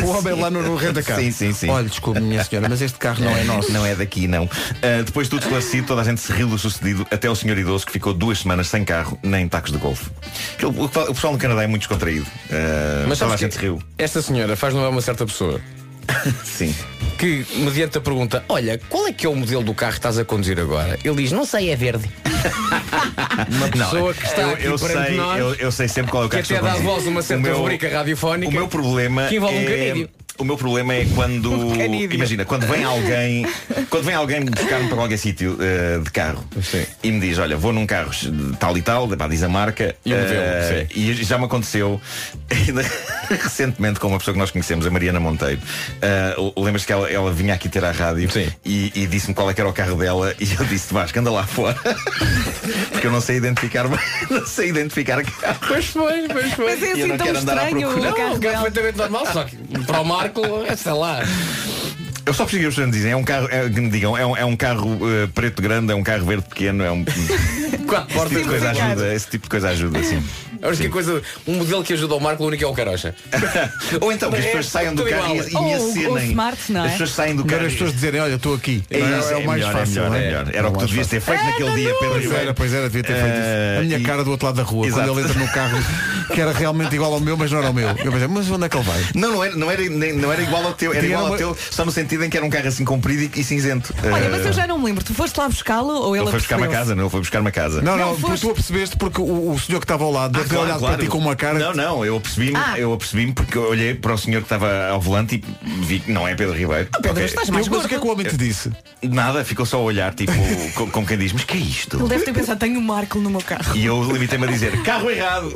Speaker 14: o homem lá
Speaker 1: um
Speaker 14: no, no renta cá.
Speaker 12: Sim, sim, sim.
Speaker 14: Olha, desculpe, minha senhora, mas este carro não é nosso.
Speaker 12: Não é daqui, não. Ah, depois de tudo esclarecido, toda a gente se riu do sucedido, até o senhor idoso que ficou duas semanas sem carro, nem tacos de golfe. Aquele- O, o pessoal no Canadá é muito descontraído. Ah,
Speaker 6: Mas
Speaker 12: toda a
Speaker 6: sabes
Speaker 12: gente se
Speaker 6: que
Speaker 12: riu.
Speaker 6: esta senhora faz não é uma certa pessoa.
Speaker 12: Sim.
Speaker 6: Que, mediante a pergunta, olha, qual é que é o modelo do carro que estás a conduzir agora? Ele diz, não sei, é verde. Uma pessoa que está
Speaker 12: eu,
Speaker 6: aqui
Speaker 12: eu
Speaker 6: perante
Speaker 12: sei,
Speaker 6: nós,
Speaker 12: eu, eu sei sempre qual é o
Speaker 6: que
Speaker 12: carro
Speaker 6: até
Speaker 12: estou a
Speaker 6: dá
Speaker 12: conduzir.
Speaker 6: voz a uma certa
Speaker 12: O meu-
Speaker 6: rubrica radiofónica.
Speaker 12: O meu problema
Speaker 6: que envolve um
Speaker 12: é...
Speaker 6: canídeo.
Speaker 12: o meu problema é quando imagina quando vem alguém quando vem alguém buscar-me para qualquer sítio eh, de carro e me diz olha vou num carro tal e tal pá, diz a marca
Speaker 6: E o modelo,
Speaker 12: eh, e já me aconteceu recentemente com uma pessoa que nós conhecemos a Mariana Monteiro Eh, lembras que ela, ela vinha aqui ter à rádio e, e disse-me qual é que era o carro dela e eu disse Vasco anda lá fora porque eu não sei identificar não sei identificar carro
Speaker 6: Pois foi, pois foi.
Speaker 12: Mas é E eu assim não tão quero andar à estranho procura. o
Speaker 6: Não,
Speaker 12: carro
Speaker 6: é perfeitamente normal, só que para o Marco, é, sei lá.
Speaker 12: Eu só preciso que as pessoas me dizem, é um carro, é, que me digam, é um, é um carro eh, preto grande, é um carro verde pequeno, é um.
Speaker 6: Quatro
Speaker 12: esse tipo de coisa
Speaker 6: Simplificado.
Speaker 12: ajuda, esse tipo de coisa ajuda, sim.
Speaker 6: A única coisa, um modelo que ajuda o Marco, o único é o Carocha.
Speaker 12: Ou então que as pessoas saiam do carro e, e me acenem.
Speaker 6: é?
Speaker 12: As pessoas saem do
Speaker 1: Melhor
Speaker 12: carro.
Speaker 1: as pessoas dizerem, olha, estou aqui.
Speaker 12: É,
Speaker 1: Não,
Speaker 12: isso, é,
Speaker 1: o mais
Speaker 12: melhor,
Speaker 1: fácil.
Speaker 12: é melhor,
Speaker 1: não
Speaker 12: é melhor. Era o que tu devias ter feito
Speaker 6: É,
Speaker 12: naquele dia, Pedro
Speaker 1: Pois era,
Speaker 12: Ribeiro.
Speaker 1: pois era, devia ter feito isso.
Speaker 12: Eh,
Speaker 1: A minha
Speaker 12: e-
Speaker 1: cara do outro lado da rua,
Speaker 12: Exato.
Speaker 1: quando ele entra no carro, que era realmente igual ao meu, mas não era o meu. Eu pensei, mas onde é que ele vai?
Speaker 12: Não, não era, não, era, nem- não era igual ao teu, era
Speaker 1: Tinha
Speaker 12: igual ao
Speaker 1: uma-
Speaker 12: teu, só no sentido em que era um carro assim comprido e, e cinzento.
Speaker 2: Olha,
Speaker 12: Eh,
Speaker 2: mas eu já não me lembro. Tu foste lá buscá-lo ou ele
Speaker 12: ele foi buscar uma
Speaker 2: apercebeu-se?
Speaker 12: casa, não? Ele foi buscar uma casa.
Speaker 1: Não, não, tu- tu percebeste porque o, o senhor que estava ao lado
Speaker 12: Ah,
Speaker 1: deve ter olhado para ti com uma cara.
Speaker 12: Não, não, eu apercebi-me,
Speaker 1: Ah.
Speaker 12: eu apercebi-me porque eu olhei para o senhor que estava ao volante e vi que não é Pedro Ribeiro.
Speaker 1: Pedro,
Speaker 12: Ok.
Speaker 1: estás mais Eu- mas o que é que o gordo? homem te disse?
Speaker 12: Nada, ficou só a olhar, tipo, co- como quem diz, mas que é isto?
Speaker 2: Ele deve ter pensado, tenho um Marco no meu carro.
Speaker 12: E eu limitei-me a dizer, carro errado!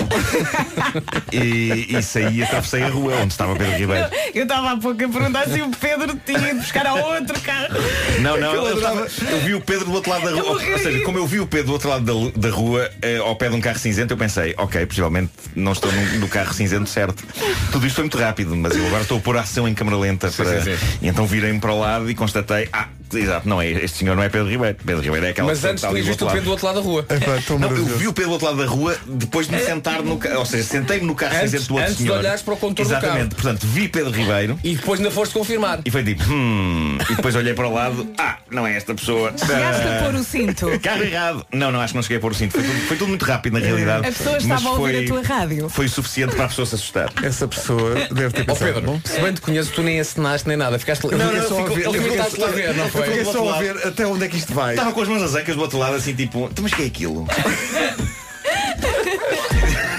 Speaker 12: e, e saí, atravessei a rua onde estava Pedro Ribeiro.
Speaker 2: Eu estava há pouco a perguntar se o Pedro tinha ido buscar a outro carro.
Speaker 12: Não, não,
Speaker 2: Eu
Speaker 12: eu,
Speaker 2: adorava.
Speaker 12: estava- eu vi o Pedro do outro lado da rua. Ou, seja, como eu vi o Pedro do outro lado da, lu- da rua, eh, ao pé de um carro cinzento, eu pensei, ok, possivelmente não estou no, no carro cinzento certo. Tudo isto foi muito rápido, mas eu agora estou a pôr a ação em câmara lenta para.
Speaker 6: sim,
Speaker 12: E então virei-me para o lado e constatei, ah, exato, não é, este senhor não é Pedro Ribeiro. Pedro Ribeiro é aquela
Speaker 6: Mas
Speaker 12: pessoa
Speaker 6: antes
Speaker 12: que está
Speaker 6: tu
Speaker 12: ali
Speaker 6: ias visto
Speaker 12: do
Speaker 6: o
Speaker 12: outro
Speaker 6: Pedro do
Speaker 12: lado.
Speaker 6: outro lado da rua. É.
Speaker 12: Não, eu vi o Pedro do outro lado da rua depois de me sentar no carro. Ou seja, sentei-me no carro
Speaker 6: Antes-
Speaker 12: cinzento do outro
Speaker 6: antes de
Speaker 12: senhor.
Speaker 6: olhares para o contorno do carro.
Speaker 12: Exatamente, portanto, vi Pedro Ribeiro.
Speaker 6: E depois ainda foste confirmar.
Speaker 12: E foi tipo, hum. E depois olhei para o lado, ah, não é esta pessoa.
Speaker 2: Chegaste a
Speaker 12: Ah,
Speaker 2: pôr o cinto.
Speaker 12: Carro errado. Não, não, acho que não cheguei a pôr o cinto. Foi tudo, foi tudo muito rápido na realidade.
Speaker 2: A pessoa
Speaker 12: Mas
Speaker 2: estava a ouvir
Speaker 12: foi-
Speaker 2: a tua rádio.
Speaker 12: Foi o suficiente para a pessoa se assustar.
Speaker 1: Essa pessoa deve ter
Speaker 6: Ó Pedro, se bem te conheço, tu nem acenaste nem nada. Ficaste
Speaker 12: Não, não, ficou- ele ficou-
Speaker 6: limitaste-te a ver, não
Speaker 12: eu
Speaker 6: foi?
Speaker 12: fiquei só a
Speaker 6: Do outro
Speaker 12: ver
Speaker 1: até onde é que isto vai.
Speaker 12: Estava com as mãos azecas do outro lado, assim tipo, "Então, mas que é aquilo?
Speaker 6: lado.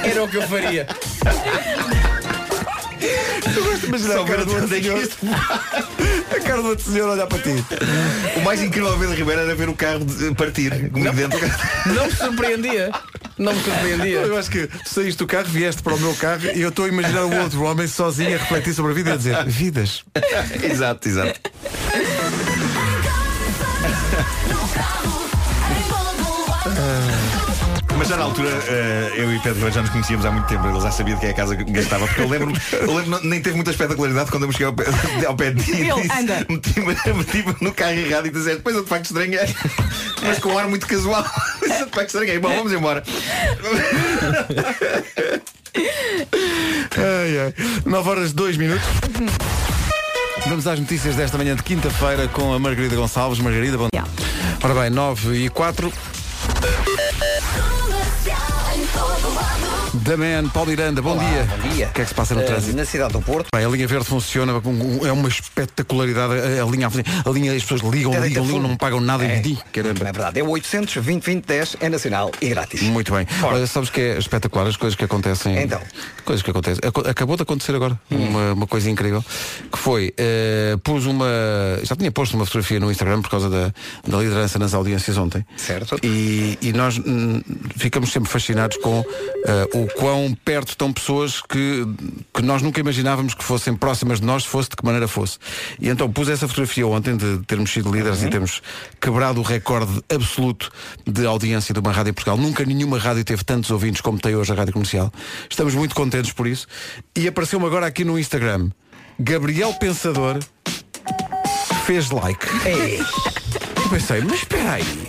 Speaker 6: Era o que eu faria.
Speaker 1: Eu gosto de imaginar
Speaker 12: Só
Speaker 1: a cara
Speaker 12: ver
Speaker 1: do outro
Speaker 12: onde é que
Speaker 1: senhor.
Speaker 12: isto
Speaker 1: A cara do outro senhor olhar para ti.
Speaker 12: O mais incrível a ver Ribeiro era ver o carro de- partir. Comigo dentro do carro.
Speaker 6: Não me surpreendia. Não me um surpreendia.
Speaker 1: Eu acho que tu saíste do carro, vieste para o meu carro e eu estou a imaginar o outro homem sozinho a refletir sobre a vida e a dizer, vidas.
Speaker 12: exato, exato. Mas já na altura eh, eu e Pedro Ribeiro já nos conhecíamos há muito tempo, ele já sabia de que é a casa que gastava, porque eu lembro-me, eu lembro nem teve muita espetacularidade quando eu me cheguei ao pé, ao pé de ti e
Speaker 2: Ele,
Speaker 12: disse,
Speaker 2: anda.
Speaker 12: meti-me meti-me no carro errado e dizia, depois eu de facto estranhei, mas com um ar muito casual, mas eu de facto estranhei, bom, vamos embora.
Speaker 1: Ai, ai. 9 horas 2 minutos. Vamos às notícias desta manhã de quinta-feira com a Margarida Gonçalves. Margarida, bom dia. Ora bem, 9 e 4. Da Man, Paulo Miranda, bom dia. Bom dia. O que é que se passa no
Speaker 4: Eh,
Speaker 1: trânsito?
Speaker 4: Na cidade do Porto.
Speaker 1: Bem, a linha verde funciona, é uma espetacularidade. A, a linha, a linha, as pessoas ligam,
Speaker 4: Até deita
Speaker 1: ligam, ligam,
Speaker 4: fogo.
Speaker 1: não pagam nada
Speaker 4: É.
Speaker 1: e di, caramba.
Speaker 4: É verdade, é o 800 20 20 10, é nacional e grátis.
Speaker 1: Muito bem. Olha, sabes que é espetacular as coisas que acontecem.
Speaker 4: Então.
Speaker 1: Coisas que acontecem. Aco- Acabou de acontecer agora uma, uma coisa incrível. Que foi, eh, pus uma. Já tinha posto uma fotografia no Instagram por causa da, da liderança nas audiências ontem. Certo. E, e nós hum, ficamos sempre fascinados com eh, o quão perto estão pessoas que, que nós nunca imaginávamos que fossem próximas de nós, fosse de que maneira fosse. E então pus essa fotografia ontem de termos sido líderes e termos quebrado o recorde absoluto de audiência de uma rádio em Portugal. Nunca nenhuma rádio teve tantos ouvintes como tem hoje a rádio comercial. Estamos muito contentes por isso. E apareceu-me agora aqui no Instagram. Gabriel Pensador fez like. Eu pensei, mas espera aí.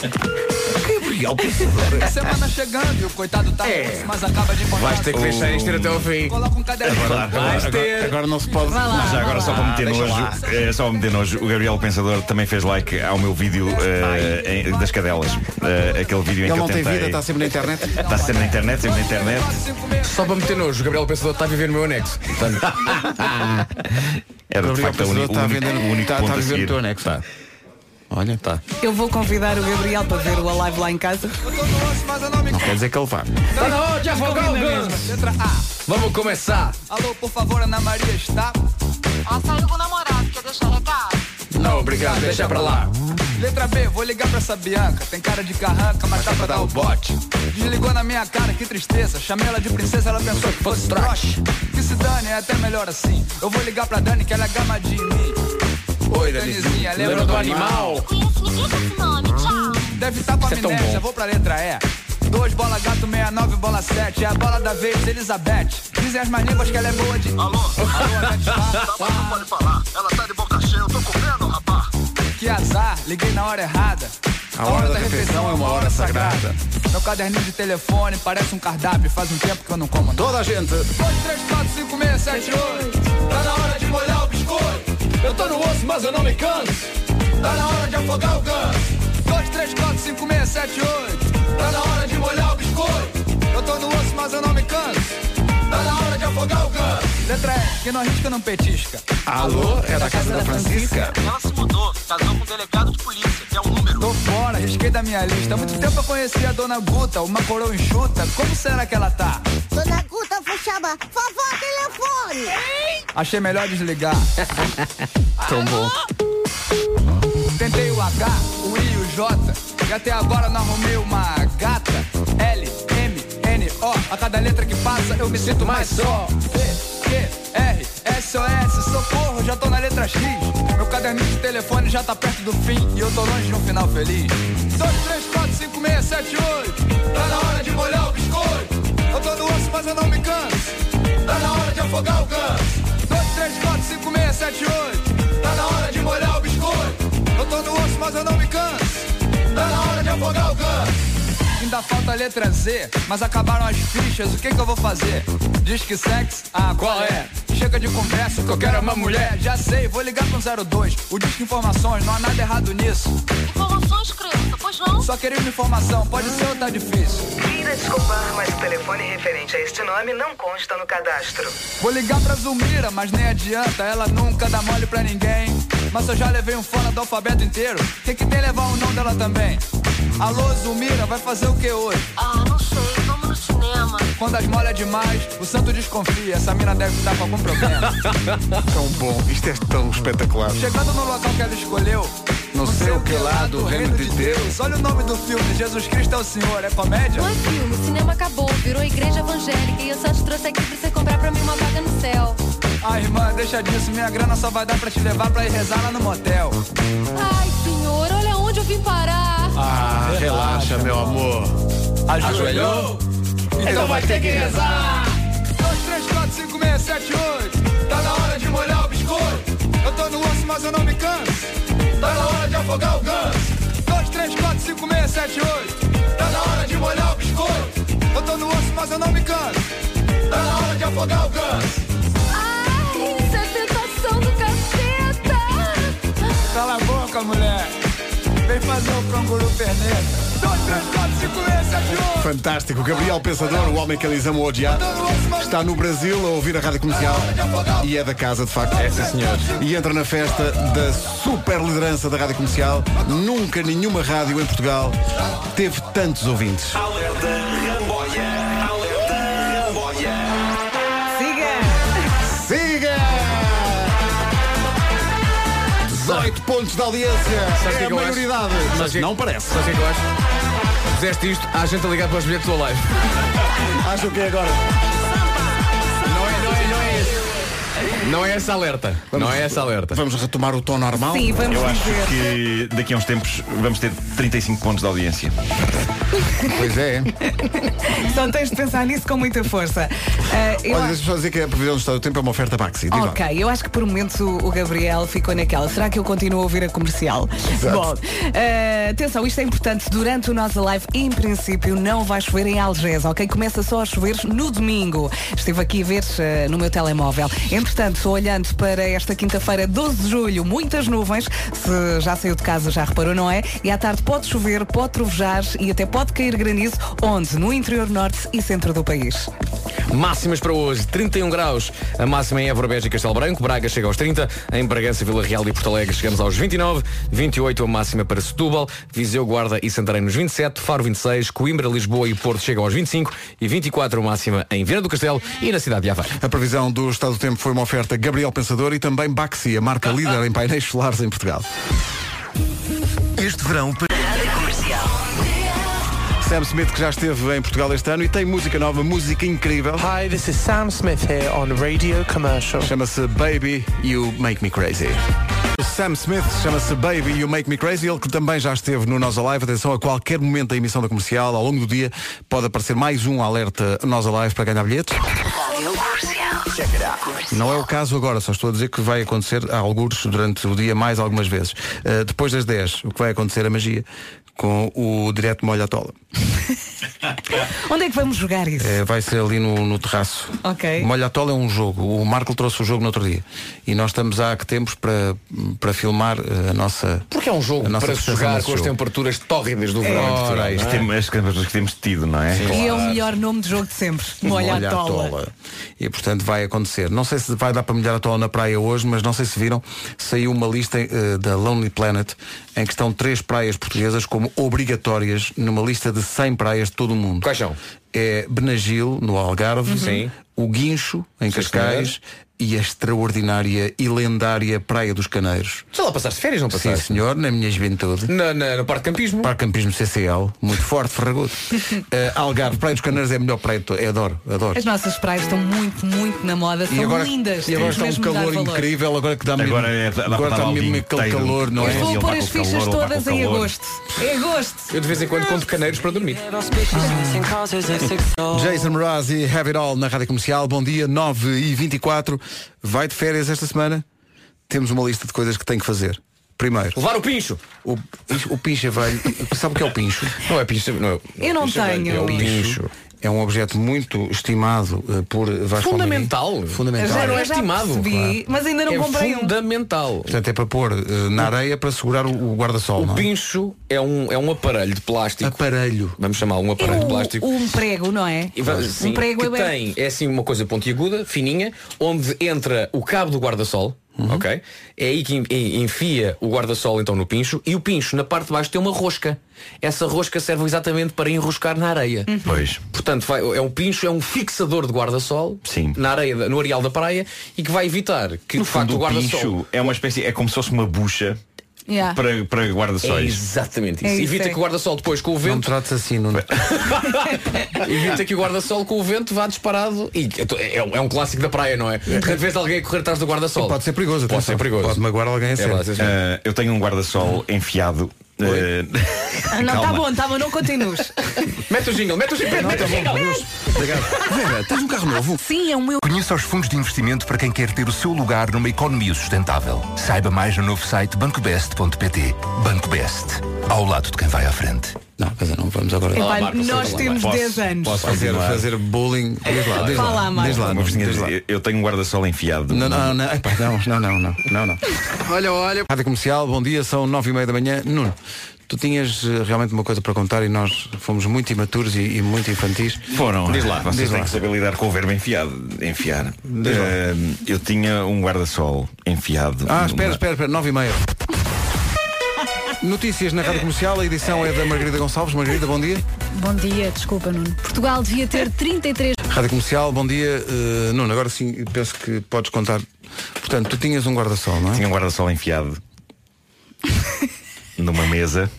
Speaker 1: Gabriel Pensador. é
Speaker 15: Semana chegando, o coitado tá doce, mas acaba de encontrar.
Speaker 6: Vais ter que deixar isto ir até ao fim.
Speaker 15: Coloca um caderno.
Speaker 12: Agora, agora, agora, agora não se pode.
Speaker 15: Vai lá,
Speaker 12: Mas já
Speaker 15: vai
Speaker 12: agora
Speaker 15: lá.
Speaker 12: só para
Speaker 6: Ah,
Speaker 12: meter
Speaker 15: Deixa
Speaker 12: nojo,
Speaker 15: lá.
Speaker 12: eh, só para meter nojo, o Gabriel Pensador também fez like ao meu vídeo eh, em- das cadelas. Eh, aquele vídeo em
Speaker 6: Ele
Speaker 12: que
Speaker 6: não
Speaker 12: eu
Speaker 6: tem
Speaker 12: tentei.
Speaker 6: vida, tá está
Speaker 1: sempre na internet.
Speaker 12: Está Tá sempre na internet, sempre na internet.
Speaker 6: Só para meter nojo, o Gabriel Pensador está a viver no meu anexo. Portanto,
Speaker 12: Era É de
Speaker 6: Gabriel
Speaker 12: facto a
Speaker 6: Pensador
Speaker 12: única-
Speaker 6: está a
Speaker 1: tá
Speaker 12: o único,
Speaker 6: vender- tá-
Speaker 12: o único
Speaker 6: está- está
Speaker 12: ponto
Speaker 6: a
Speaker 12: a
Speaker 6: vender o
Speaker 12: seguir.
Speaker 6: teu anexo.
Speaker 1: Olha, tá. está.
Speaker 2: Eu vou convidar o Gabriel para ver o Alive lá em casa.
Speaker 1: Não quer dizer que ele vá.
Speaker 6: Tá na hora de afogar o
Speaker 15: Combina
Speaker 6: ganso.
Speaker 15: mesmo. Letra A.
Speaker 6: Vamos começar.
Speaker 15: Alô, por favor, Ana Maria está?
Speaker 9: Ah, saiu com o namorado, quer deixar recado?
Speaker 6: Não, obrigado, Tá, deixa pra lá.
Speaker 15: Letra B, vou ligar pra essa Bianca. Tem cara de carranca, mas dá pra dar o bote. Desligou na minha cara, que tristeza. Chamei ela de princesa, ela pensou que fosse trote. Que se dane, é até melhor assim. Eu vou ligar pra Dani, que ela é gama de mim. Oi, Danizinha, lembra, do animal? Deve estar tá
Speaker 9: Isso
Speaker 15: com
Speaker 9: é tão
Speaker 15: amnésia,
Speaker 9: bom.
Speaker 15: vou pra letra E. Dois bola gato, 69, bola 7. É a bola da vez, Elizabeth. Dizem as mais línguas que ela é boa de. Alô? Alô, Anete Fá? Que azar, liguei na hora errada.
Speaker 1: A hora da refeição é uma hora sagrada.
Speaker 15: Meu caderninho de telefone parece um cardápio, faz um tempo que eu não como.
Speaker 1: Toda a gente.
Speaker 15: 2, 3, 4, 5, 6, 7, 8. Tá na hora de molhar o biscoito. Eu tô no osso, mas eu não me canso. Tá na hora de afogar o ganso. 2, 3, 4, 5, 6, 7, 8. Tá na hora de molhar o biscoito. Eu tô no osso, mas eu não me canso. Tá na hora de afogar o ganso. Letra E, que não arrisca, não petisca.
Speaker 1: Alô, é da casa da Francisca?
Speaker 15: Ela se mudou, casou com um delegado de polícia, que é o número. Tô fora, risquei da minha lista. Há muito tempo eu conheci a dona Guta, uma coroa enxuta. Como será que ela tá?
Speaker 16: Dona Guta, vou chamar. Vovó, telefone.
Speaker 15: Achei melhor desligar.
Speaker 1: Tão bom.
Speaker 15: Tentei o H, o I, o J. E até agora não arrumei uma gata. L, M, N, O. A cada letra que passa eu me sinto mais só. T, Q, R, S, O, S. Socorro, já tô na letra X. Meu caderninho de telefone já tá perto do fim. E eu tô longe de um final feliz. 2, 3, 4, 5, 6, 7, 8. Tá na hora de molhar o biscoito. Eu tô no osso, mas eu não me canso. Tá na hora de afogar o ganso. 2, 3, 4, 5, 6, 7, 8. Tá na hora de molhar o biscoito. Eu tô no osso, mas eu não me canso. Tá na hora de afogar o ganso. Ainda falta a letra Z, mas acabaram as fichas, o que que eu vou fazer? Diz que sexo, ah, qual é? Chega de conversa, o que eu quero é uma mulher. Já sei, vou ligar pro 02. O disco informações, não há nada errado nisso. Informações, criança, pois não? Só queremos informação, pode ser ou tá difícil?
Speaker 17: Queira desculpar, mas o telefone referente a este nome não consta no cadastro.
Speaker 15: Vou ligar pra Zulmira, mas nem adianta, ela nunca dá mole pra ninguém. Mas eu já levei um fora do alfabeto inteiro, tem que ter levar o nome dela também. Alô, Zulmira, vai fazer o que hoje? Ah, não sei, vamos no cinema. Quando as molhas é demais, o santo desconfia, essa mina deve estar com algum problema.
Speaker 1: Tão bom. Isto é tão espetacular.
Speaker 15: Chegando no local que ela escolheu,
Speaker 1: Não sei o que lá do reino de Deus.
Speaker 15: olha o nome do filme, Jesus Cristo é o Senhor, é comédia?
Speaker 18: Não é filme, o cinema acabou, virou igreja evangélica e eu só te trouxe aqui pra você comprar pra mim uma vaga no céu.
Speaker 15: Ah, irmã, deixa disso, minha grana só vai dar pra te levar pra ir rezar lá no motel.
Speaker 18: Ai, senhor, olha onde eu vim parar.
Speaker 1: Ah, relaxa, meu amor.
Speaker 15: Ajoelhou?
Speaker 9: Então vai ter que rezar.
Speaker 15: 2, 3, 4, 5, 6, 7, 8. Tá na hora de molhar o biscoito. Eu tô no osso, mas eu não me canso. Tá na hora de afogar o ganso. 2, 3, 4, 5, 6, 7, 8. Tá na hora de molhar o biscoito. Eu tô no osso, mas eu não me canso. Tá na hora de afogar o ganso.
Speaker 18: Ai, isso é tentação do caceta.
Speaker 15: Cala a boca, mulher. Vem fazer o canguru perneta. 2, 3, 4, 5, 6, 7, 8.
Speaker 1: Fantástico. Gabriel Pensador, o homem que eles amam odiar, está no Brasil a ouvir a rádio comercial e é da casa, de facto. É, sim, senhor. E entra na festa da super liderança da rádio comercial. Nunca nenhuma rádio em Portugal teve tantos ouvintes. Siga! Siga! 18 pontos de audiência.
Speaker 6: Sabe o que é que eu acho?
Speaker 1: é a maioridade.
Speaker 6: Sabe o
Speaker 1: Mas
Speaker 6: que-
Speaker 1: não parece.
Speaker 6: é Sabe o que é que eu acho? fizeste isto, há gente a ligar para os bilhetes do live.
Speaker 1: Acho que é agora.
Speaker 6: Não é, não é, não é esse. Não é essa alerta. não é essa alerta.
Speaker 1: Vamos retomar o tom normal?
Speaker 2: Sim, vamos
Speaker 12: Eu acho
Speaker 2: dizer.
Speaker 12: que daqui a uns tempos vamos ter 35 pontos de audiência.
Speaker 1: Pois é.
Speaker 2: Então tens de pensar nisso com muita força. Ah, eu
Speaker 1: Olha,
Speaker 2: acho-
Speaker 1: deixa-me só dizer que a previsão do estado do tempo é uma oferta Baxi. Diz lá.
Speaker 2: Ok, eu acho que por momentos o, o Gabriel ficou naquela. Será que eu continuo a ouvir a comercial?
Speaker 1: Exato.
Speaker 2: Bom, eh, atenção, isto é importante. Durante o nosso live, em princípio, não vai chover em Algés, ok? Começa só a chover no domingo. Estive aqui a ver eh, no meu telemóvel. Entretanto, estou olhando para esta quinta-feira, 12 de julho, muitas nuvens. Se já saiu de casa, já reparou, não é? E à tarde pode chover, pode trovejar e até pode cair granizo, onde? No interior norte e centro do país.
Speaker 6: Máximas para hoje, 31 graus. A máxima em Évora, Beja e Castelo Branco. Braga chega aos 30. Em Bragança, Vila Real e Porto Alegre chegamos aos 29. 28 a máxima para Setúbal. Viseu, Guarda e Santarém nos 27. Faro 26. Coimbra, Lisboa e Porto chegam aos 25. E 24 a máxima em Viana do Castelo e na cidade de Aveiro.
Speaker 1: A previsão do estado do tempo foi uma oferta Gabriel Pensador e também Baxi, a marca líder em painéis solares em Portugal.
Speaker 8: Este verão. Comercial.
Speaker 1: Sam Smith que já esteve em Portugal este ano e tem música nova, música incrível.
Speaker 19: Hi, this is Sam Smith here on Radio Commercial.
Speaker 1: Chama-se Baby You Make Me Crazy. O Sam Smith chama-se Baby You Make Me Crazy, ele que também já esteve no Nós Alive. Atenção, a qualquer momento da emissão da comercial, ao longo do dia, pode aparecer mais um alerta Nós Alive para ganhar bilhetes.
Speaker 8: Rádio Comercial.
Speaker 1: Não é o caso agora, só estou a dizer que vai acontecer a algures durante o dia mais algumas vezes. Uh, depois das 10, o que vai acontecer a magia com o direto molha a tola.
Speaker 2: Onde é que vamos jogar isso?
Speaker 1: Eh, vai ser ali no, no terraço.
Speaker 2: Ok.
Speaker 1: Molha a tola é um jogo. O Marco trouxe o jogo no outro dia. E nós estamos há que tempos para, para filmar eh, a nossa.
Speaker 6: Porque é um jogo
Speaker 1: a nossa
Speaker 6: para
Speaker 1: percepção
Speaker 6: jogar
Speaker 1: desse
Speaker 6: com as
Speaker 1: jogo.
Speaker 6: temperaturas tórridas do verão. em Portugal,
Speaker 12: Ora, isto
Speaker 6: não é?
Speaker 12: tem as campanhas que temos tido, não é?
Speaker 2: E é o melhor nome de jogo de sempre. Molha a tola.
Speaker 1: E portanto vai acontecer. Não sei se vai dar para molhar a tola na praia hoje, mas não sei se viram. Saiu uma lista eh, da Lonely Planet em que estão três praias portuguesas como obrigatórias numa lista de 100 praias de todo o mundo.
Speaker 6: Quais são? Uhum.
Speaker 1: É Benagil, no Algarve,
Speaker 6: Sim.
Speaker 1: o Guincho, em Cascais, e a extraordinária e lendária Praia dos Caneiros.
Speaker 6: Já lá passaste férias, não
Speaker 1: Sim,
Speaker 6: passaste?
Speaker 1: senhor, na minha juventude.
Speaker 6: Na, na, no Parque Campismo.
Speaker 1: Parque Campismo CCL, muito forte, ferragudo. Eh, Algarve, Praia dos Caneiros é a melhor praia de to- Eu adoro, adoro.
Speaker 2: As nossas praias estão muito, muito na moda, são
Speaker 1: E agora,
Speaker 2: lindas.
Speaker 1: e agora
Speaker 2: temos
Speaker 1: está
Speaker 2: mesmo de
Speaker 1: um
Speaker 2: dar
Speaker 1: calor
Speaker 2: valor.
Speaker 1: incrível, agora que dá mesmo,
Speaker 12: Agora é- dá- dá
Speaker 1: agora
Speaker 12: para
Speaker 1: está
Speaker 12: dar
Speaker 1: mesmo
Speaker 12: aldinho,
Speaker 1: aquele
Speaker 12: tem-
Speaker 1: calor, não é?
Speaker 12: Ele
Speaker 2: Vou
Speaker 12: vai
Speaker 2: pôr
Speaker 12: com
Speaker 2: as
Speaker 12: calor,
Speaker 2: fichas
Speaker 12: ele vai
Speaker 2: todas
Speaker 12: com
Speaker 2: em
Speaker 12: calor.
Speaker 2: agosto. É agosto.
Speaker 6: Eu de vez em quando compro caneiros para dormir.
Speaker 1: Jason Mraz e Have It All na Rádio Comercial. Bom dia, 9 e 24 Vai de férias esta semana? Temos uma lista de coisas que tem que fazer. Primeiro,
Speaker 6: Levar o pincho.
Speaker 1: o, o pincha velho. Sabe o que é o pincho?
Speaker 6: Não é pincho. Não é,
Speaker 2: Eu não
Speaker 6: pincho é grande,
Speaker 2: tenho.
Speaker 6: É o pincho.
Speaker 1: um É um objeto muito estimado eh, por Vasco
Speaker 6: Fundamental.
Speaker 1: Palmeirinho. Fundamental.
Speaker 6: Já
Speaker 2: Já,
Speaker 6: não é
Speaker 2: já
Speaker 6: estimado.
Speaker 2: percebi, mas ainda não
Speaker 6: é
Speaker 2: comprei um.
Speaker 6: fundamental.
Speaker 1: Portanto, é para pôr eh, na areia para segurar o, o guarda-sol.
Speaker 6: O
Speaker 1: não é?
Speaker 6: pincho é um, é um aparelho de plástico.
Speaker 1: Aparelho.
Speaker 6: Vamos chamá-lo um
Speaker 2: É
Speaker 6: aparelho de
Speaker 2: o,
Speaker 12: Tipo-
Speaker 6: plástico.
Speaker 2: um prego, não é?
Speaker 6: E vamos- sim,
Speaker 2: um prego
Speaker 6: que
Speaker 2: aberto.
Speaker 6: tem, é assim uma coisa pontiaguda, fininha, onde entra o cabo do guarda-sol,
Speaker 1: Uhum.
Speaker 6: ok? É aí que en- en- enfia o guarda-sol então no pincho e o pincho na parte de baixo tem uma rosca. Essa rosca serve exatamente para enroscar na areia.
Speaker 12: Pois.
Speaker 6: Portanto, vai- é um pincho, é um fixador de guarda-sol
Speaker 12: Sim.
Speaker 6: na areia, da- no areal da praia e que vai evitar que
Speaker 12: No
Speaker 6: de facto
Speaker 12: fundo,
Speaker 6: o
Speaker 12: o
Speaker 6: guarda-sol.
Speaker 12: pincho é uma espécie, é como se fosse uma bucha
Speaker 1: Ah.
Speaker 2: Yeah.
Speaker 12: para, para
Speaker 6: É
Speaker 12: guarda-sóis.
Speaker 6: exatamente
Speaker 2: É
Speaker 6: isso.
Speaker 2: isso,
Speaker 6: Evita
Speaker 2: é.
Speaker 6: que o guarda-sol depois com o é?
Speaker 1: Não
Speaker 6: vento
Speaker 1: trates assim, não.
Speaker 6: Evita que o guarda-sol com o vento vá disparado. E é, um- é um clássico da praia, não é? Portanto, vês alguém a correr atrás do guarda-sol.
Speaker 1: Pode ser perigoso.
Speaker 6: Pode
Speaker 1: atenção.
Speaker 6: ser é perigoso.
Speaker 1: Pode magoar alguém a
Speaker 6: É,
Speaker 1: sério.
Speaker 6: pode ser.
Speaker 12: Ah, eu tenho um guarda-sol enfiado. ah,
Speaker 2: Ah, não, tá
Speaker 12: calma.
Speaker 2: bom, tá bom, não continues. tá
Speaker 6: Mete o jingle, mete o jingle,
Speaker 1: tá
Speaker 6: mete o jingle.
Speaker 1: Vera, tens um carro novo?
Speaker 2: Sim, é um meu.
Speaker 20: Conheça os fundos de investimento para quem quer ter o seu lugar numa economia sustentável. Saiba mais no novo site bancobest.pt. Banco Best, ao lado de quem vai à frente.
Speaker 1: Não, mas não vamos agora.
Speaker 2: Epá,
Speaker 6: Marco,
Speaker 2: nós
Speaker 6: sei lá,
Speaker 2: temos
Speaker 12: Posso-
Speaker 2: 10 anos.
Speaker 12: posso
Speaker 1: fazer,
Speaker 12: continuar?
Speaker 1: fazer bullying. Diz lá, diz
Speaker 2: Fala,
Speaker 1: lá.
Speaker 2: Marco.
Speaker 1: Diz lá,
Speaker 12: Uma vizinha
Speaker 1: diz
Speaker 12: diz,
Speaker 1: lá.
Speaker 12: eu- eu tenho um guarda-sol enfiado.
Speaker 1: Não, não, não, epá, não, não, não, não, não, não. Olha, olha. Rádio Comercial, bom dia, são nove e meia da manhã. Nuno, tu tinhas eh, realmente uma coisa para contar e nós fomos muito imaturos e, e muito infantis.
Speaker 12: Foram.
Speaker 1: Diz lá,
Speaker 12: Vocês
Speaker 1: diz
Speaker 12: têm
Speaker 1: lá.
Speaker 12: que saber lidar com o verbo enfiado. Enfiar. Ah, eu tinha um guarda-sol enfiado.
Speaker 1: Ah, espera,
Speaker 12: numa-
Speaker 1: espera, espera, nove e meia. Notícias na Rádio Comercial, a edição é da Margarida Gonçalves. Margarida, bom dia.
Speaker 21: Bom dia, desculpa, Nuno. Portugal devia ter 33.
Speaker 1: Rádio Comercial, bom dia. Eh, Nuno, agora sim, penso que podes contar. Portanto, tu tinhas um guarda-sol, não é?
Speaker 12: Tinha um guarda-sol enfiado numa mesa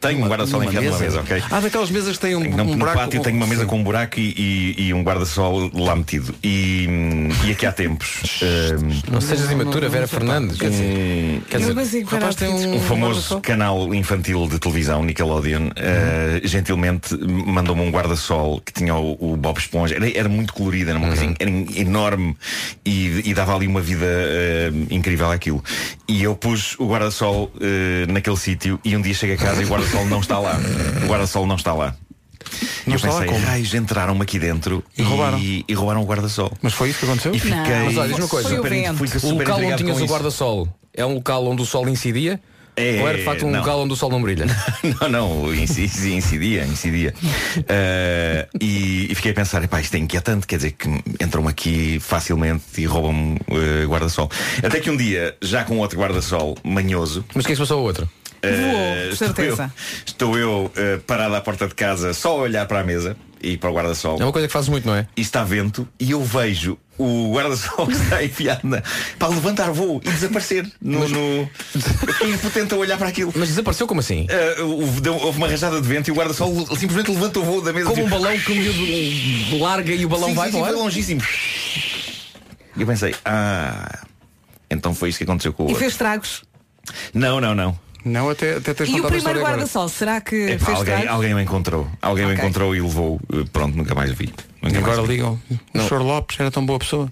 Speaker 12: Tenho um guarda-sol
Speaker 22: numa
Speaker 12: enfiado numa
Speaker 22: mesa?
Speaker 12: mesa, ok?
Speaker 22: Ah, daquelas mesas que têm um,
Speaker 12: Não,
Speaker 22: um
Speaker 12: no
Speaker 22: buraco.
Speaker 12: pátio tenho uma mesa com um buraco e, e- e um guarda-sol lá metido. E, hum, e aqui há tempos. hum,
Speaker 6: Não sejas imatura, Vera Fernandes. Quer dizer, quer dizer, o rapaz tem um,
Speaker 12: um Eh, famoso canal infantil de televisão, Nickelodeon, eh,
Speaker 6: Uhum.
Speaker 12: gentilmente mandou-me um guarda-sol que tinha o, o Bob Esponja. Era, era muito colorido, era, uma
Speaker 6: Uhum.
Speaker 12: coisa en- era en- enorme e, e dava ali uma vida eh, incrível àquilo. E eu pus o guarda-sol eh, naquele sítio e um dia chego a casa e o guarda-sol não está lá. O guarda-sol não está lá. E eu
Speaker 1: está lá
Speaker 12: pensei,
Speaker 1: como?
Speaker 12: raios, entraram-me aqui dentro e,
Speaker 1: roubaram.
Speaker 12: e roubaram o guarda-sol.
Speaker 1: Mas foi isso que aconteceu?
Speaker 12: E fiquei
Speaker 6: Mas olha, diz uma coisa.
Speaker 12: super- fui super
Speaker 6: o local onde
Speaker 12: intrigado
Speaker 6: tinhas
Speaker 12: com
Speaker 6: o
Speaker 12: isso.
Speaker 6: guarda-sol é um local onde o sol incidia?
Speaker 12: É,
Speaker 6: ou era de facto um
Speaker 12: não.
Speaker 6: local onde o sol não brilha?
Speaker 12: Não, não, incidia, incidia. incidia. Ah, e, e fiquei a pensar, pá, isto é inquietante, quer dizer que entram aqui facilmente e roubam-me eh, guarda-sol. Até que um dia, já com outro guarda-sol manhoso.
Speaker 6: Mas o que é que se passou ao outro?
Speaker 2: Voou, de certeza.
Speaker 12: Eh, Estou eu, estou eu, eh, parado à porta de casa, só a olhar para a mesa e para o guarda-sol.
Speaker 6: É uma coisa que fazes muito, não é?
Speaker 12: E está vento e eu vejo o guarda-sol que está enfiado na... para levantar voo e desaparecer no. no... Eu fiquei impotente Um a olhar para aquilo.
Speaker 6: Mas desapareceu como assim?
Speaker 12: Ah, houve, deu- houve uma rajada de vento e o guarda-sol simplesmente levantou o voo da mesa.
Speaker 6: Como um
Speaker 12: tipo,
Speaker 6: balão que o miúdo larga e o balão
Speaker 12: sim,
Speaker 6: vai
Speaker 12: sim,
Speaker 6: para
Speaker 12: sim,
Speaker 6: o ar?
Speaker 12: foi longíssimo. E eu pensei, ah, então foi isso que aconteceu com o
Speaker 2: E
Speaker 12: outro.
Speaker 2: fez tragos.
Speaker 12: Não, não, não.
Speaker 1: Não, até, até
Speaker 2: E o primeiro guarda-sol, será que
Speaker 12: Epá,
Speaker 2: fez
Speaker 12: alguém,
Speaker 2: tragos?
Speaker 12: alguém o encontrou. Alguém o
Speaker 2: Ok.
Speaker 12: encontrou e levou. Eh, Pronto, nunca mais vi. Nunca
Speaker 1: Agora
Speaker 12: mais vi.
Speaker 1: ligam. O Sr. Lopes era tão boa pessoa.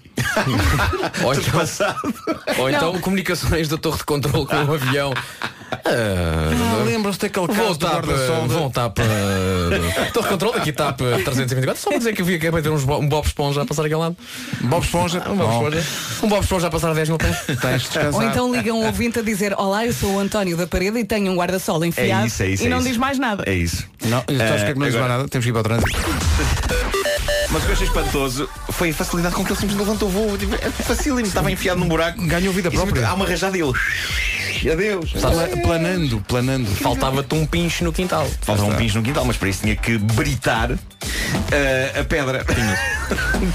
Speaker 6: Ou então, ou então comunicações da torre de controle com o avião.
Speaker 12: é?
Speaker 6: Ah,
Speaker 1: Lembram-se daquele caso
Speaker 6: Vou
Speaker 1: do
Speaker 6: TAP,
Speaker 1: guarda-sol? de-
Speaker 6: vão TAP eh, Torre de Controle, aqui TAP eh, 324 Só para dizer que eu vi acabei de ver uns bo- um Bob Esponja a passar aquele lado
Speaker 1: Bob Esponja?
Speaker 6: Um
Speaker 12: Oh.
Speaker 6: Bob
Speaker 1: Bom.
Speaker 6: Esponja, um Bob Esponja a passar 10 mil pés
Speaker 1: Tens de descansar.
Speaker 2: Ou então liga um ouvinte a dizer Olá, eu sou o António da Parede e tenho um guarda-sol enfiado
Speaker 12: É isso, é isso.
Speaker 2: e
Speaker 12: é
Speaker 2: não
Speaker 12: isso.
Speaker 2: diz mais nada.
Speaker 12: É isso. Eh,
Speaker 1: Não, sabes o que é que não diz mais
Speaker 12: agora-
Speaker 1: nada? Temos que ir para o trânsito.
Speaker 12: Mas o que eu achei espantoso foi a facilidade com que ele simplesmente levantou o voo. Tipo, é facílimo, estava enfiado num buraco.
Speaker 1: Ganhou vida
Speaker 12: E simplesmente
Speaker 1: própria.
Speaker 12: Há uma rajada e ele. Adeus.
Speaker 1: Pla- Planando, planando.
Speaker 6: Faltava-te um pinche no quintal
Speaker 12: Faltava um pincho no quintal, mas para isso tinha que britar eh, a pedra.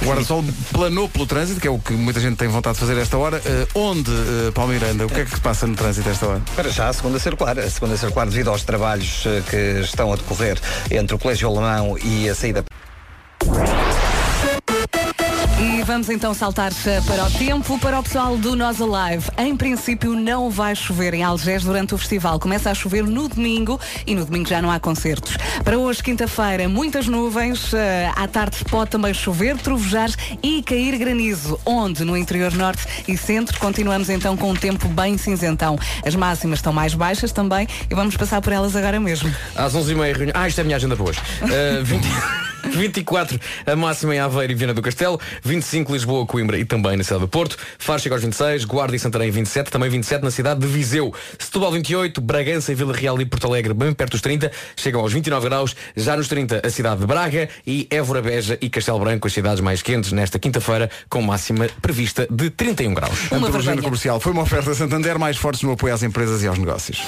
Speaker 1: O guarda-sol planou pelo trânsito, que é o que muita gente tem vontade de fazer a esta hora. Eh, onde, eh, Paulo Miranda, o que é que se passa no trânsito a esta hora?
Speaker 4: Para já, a segunda circular. A segunda circular, devido aos trabalhos eh, que estão a decorrer entre o Colégio Alemão e a saída.
Speaker 2: E vamos então saltar para o tempo, para o pessoal do Nós Alive. Em princípio não vai chover em Algés durante o festival. Começa a chover no domingo e no domingo já não há concertos. Para hoje, quinta-feira, muitas nuvens. eh, À tarde pode também chover, trovejar e cair granizo. Onde? No interior norte e centro. Continuamos então com um tempo bem cinzentão. As máximas estão mais baixas também e vamos passar por elas agora mesmo.
Speaker 6: Às 11h30 reunião. Ah, isto é a minha agenda para hoje. Uh, 20 24 a máxima em Aveiro e Viana do Castelo, 25 Lisboa, Coimbra e também na cidade do Porto, Faro chega aos 26, Guarda e Santarém 27, também 27 na cidade de Viseu, Setúbal 28, Bragança, Vila Real e Porto Alegre bem perto dos 30, chegam aos 29 graus, já nos 30 a cidade de Braga e Évora Beja e Castelo Branco as cidades mais quentes nesta quinta-feira com máxima prevista de 31 graus.
Speaker 1: Uma vergonha. comercial foi uma oferta Santander mais fortes no apoio às empresas e aos negócios.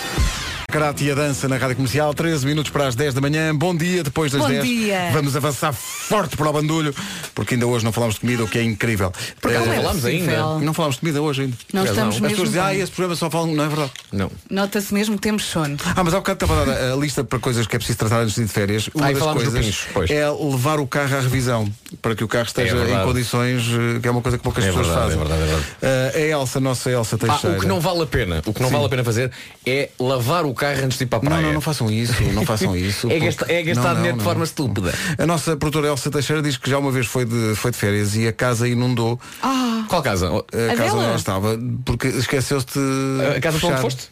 Speaker 1: Karate e a dança na Rádio Comercial, 13 minutos para as 10 da manhã. Bom dia, depois das
Speaker 2: Bom
Speaker 1: 10.
Speaker 2: dia.
Speaker 1: Vamos avançar forte para o bandulho, porque ainda hoje não falámos de comida, o que é incrível.
Speaker 2: Porque
Speaker 1: Eh,
Speaker 2: não é falámos possível. ainda.
Speaker 1: Não falámos de comida hoje ainda.
Speaker 2: Não
Speaker 1: As
Speaker 2: estamos mesmo
Speaker 1: pessoas dizem,
Speaker 2: bem.
Speaker 1: ah, esse programa só falam, não é verdade?
Speaker 6: Não.
Speaker 2: Nota-se mesmo que temos sono.
Speaker 1: Ah, mas há bocado estava a dar a lista para coisas que é preciso tratar antes de ir de férias. Uma
Speaker 6: Ah, e
Speaker 1: das
Speaker 6: falámos do
Speaker 1: coisas
Speaker 6: pincho, pois. É
Speaker 1: é levar o carro à revisão, para que o carro esteja em
Speaker 6: verdade.
Speaker 1: condições, eh, que é uma coisa que poucas
Speaker 6: É
Speaker 1: pessoas
Speaker 6: verdade, é
Speaker 1: fazem.
Speaker 6: verdade, é verdade.
Speaker 1: Eh, a Elsa, nossa Elsa
Speaker 6: Pá,
Speaker 1: Teixeira.
Speaker 6: o que não vale a pena, o que não vale a pena fazer é lavar o carro antes de ir para a praia.
Speaker 1: Não, não, não façam isso, não façam isso.
Speaker 6: é,
Speaker 1: porque-
Speaker 6: gasta- é gastar
Speaker 1: Não, não,
Speaker 6: dinheiro de
Speaker 1: não.
Speaker 6: forma estúpida.
Speaker 1: A nossa produtora Elsa Teixeira diz que já uma vez foi de, foi de férias e a casa inundou.
Speaker 2: Ah,
Speaker 6: Qual casa?
Speaker 1: A,
Speaker 2: A
Speaker 1: casa onde
Speaker 2: dela?
Speaker 1: ela estava, porque esqueceu-se de.
Speaker 6: A casa para
Speaker 1: fechar.
Speaker 6: onde foste?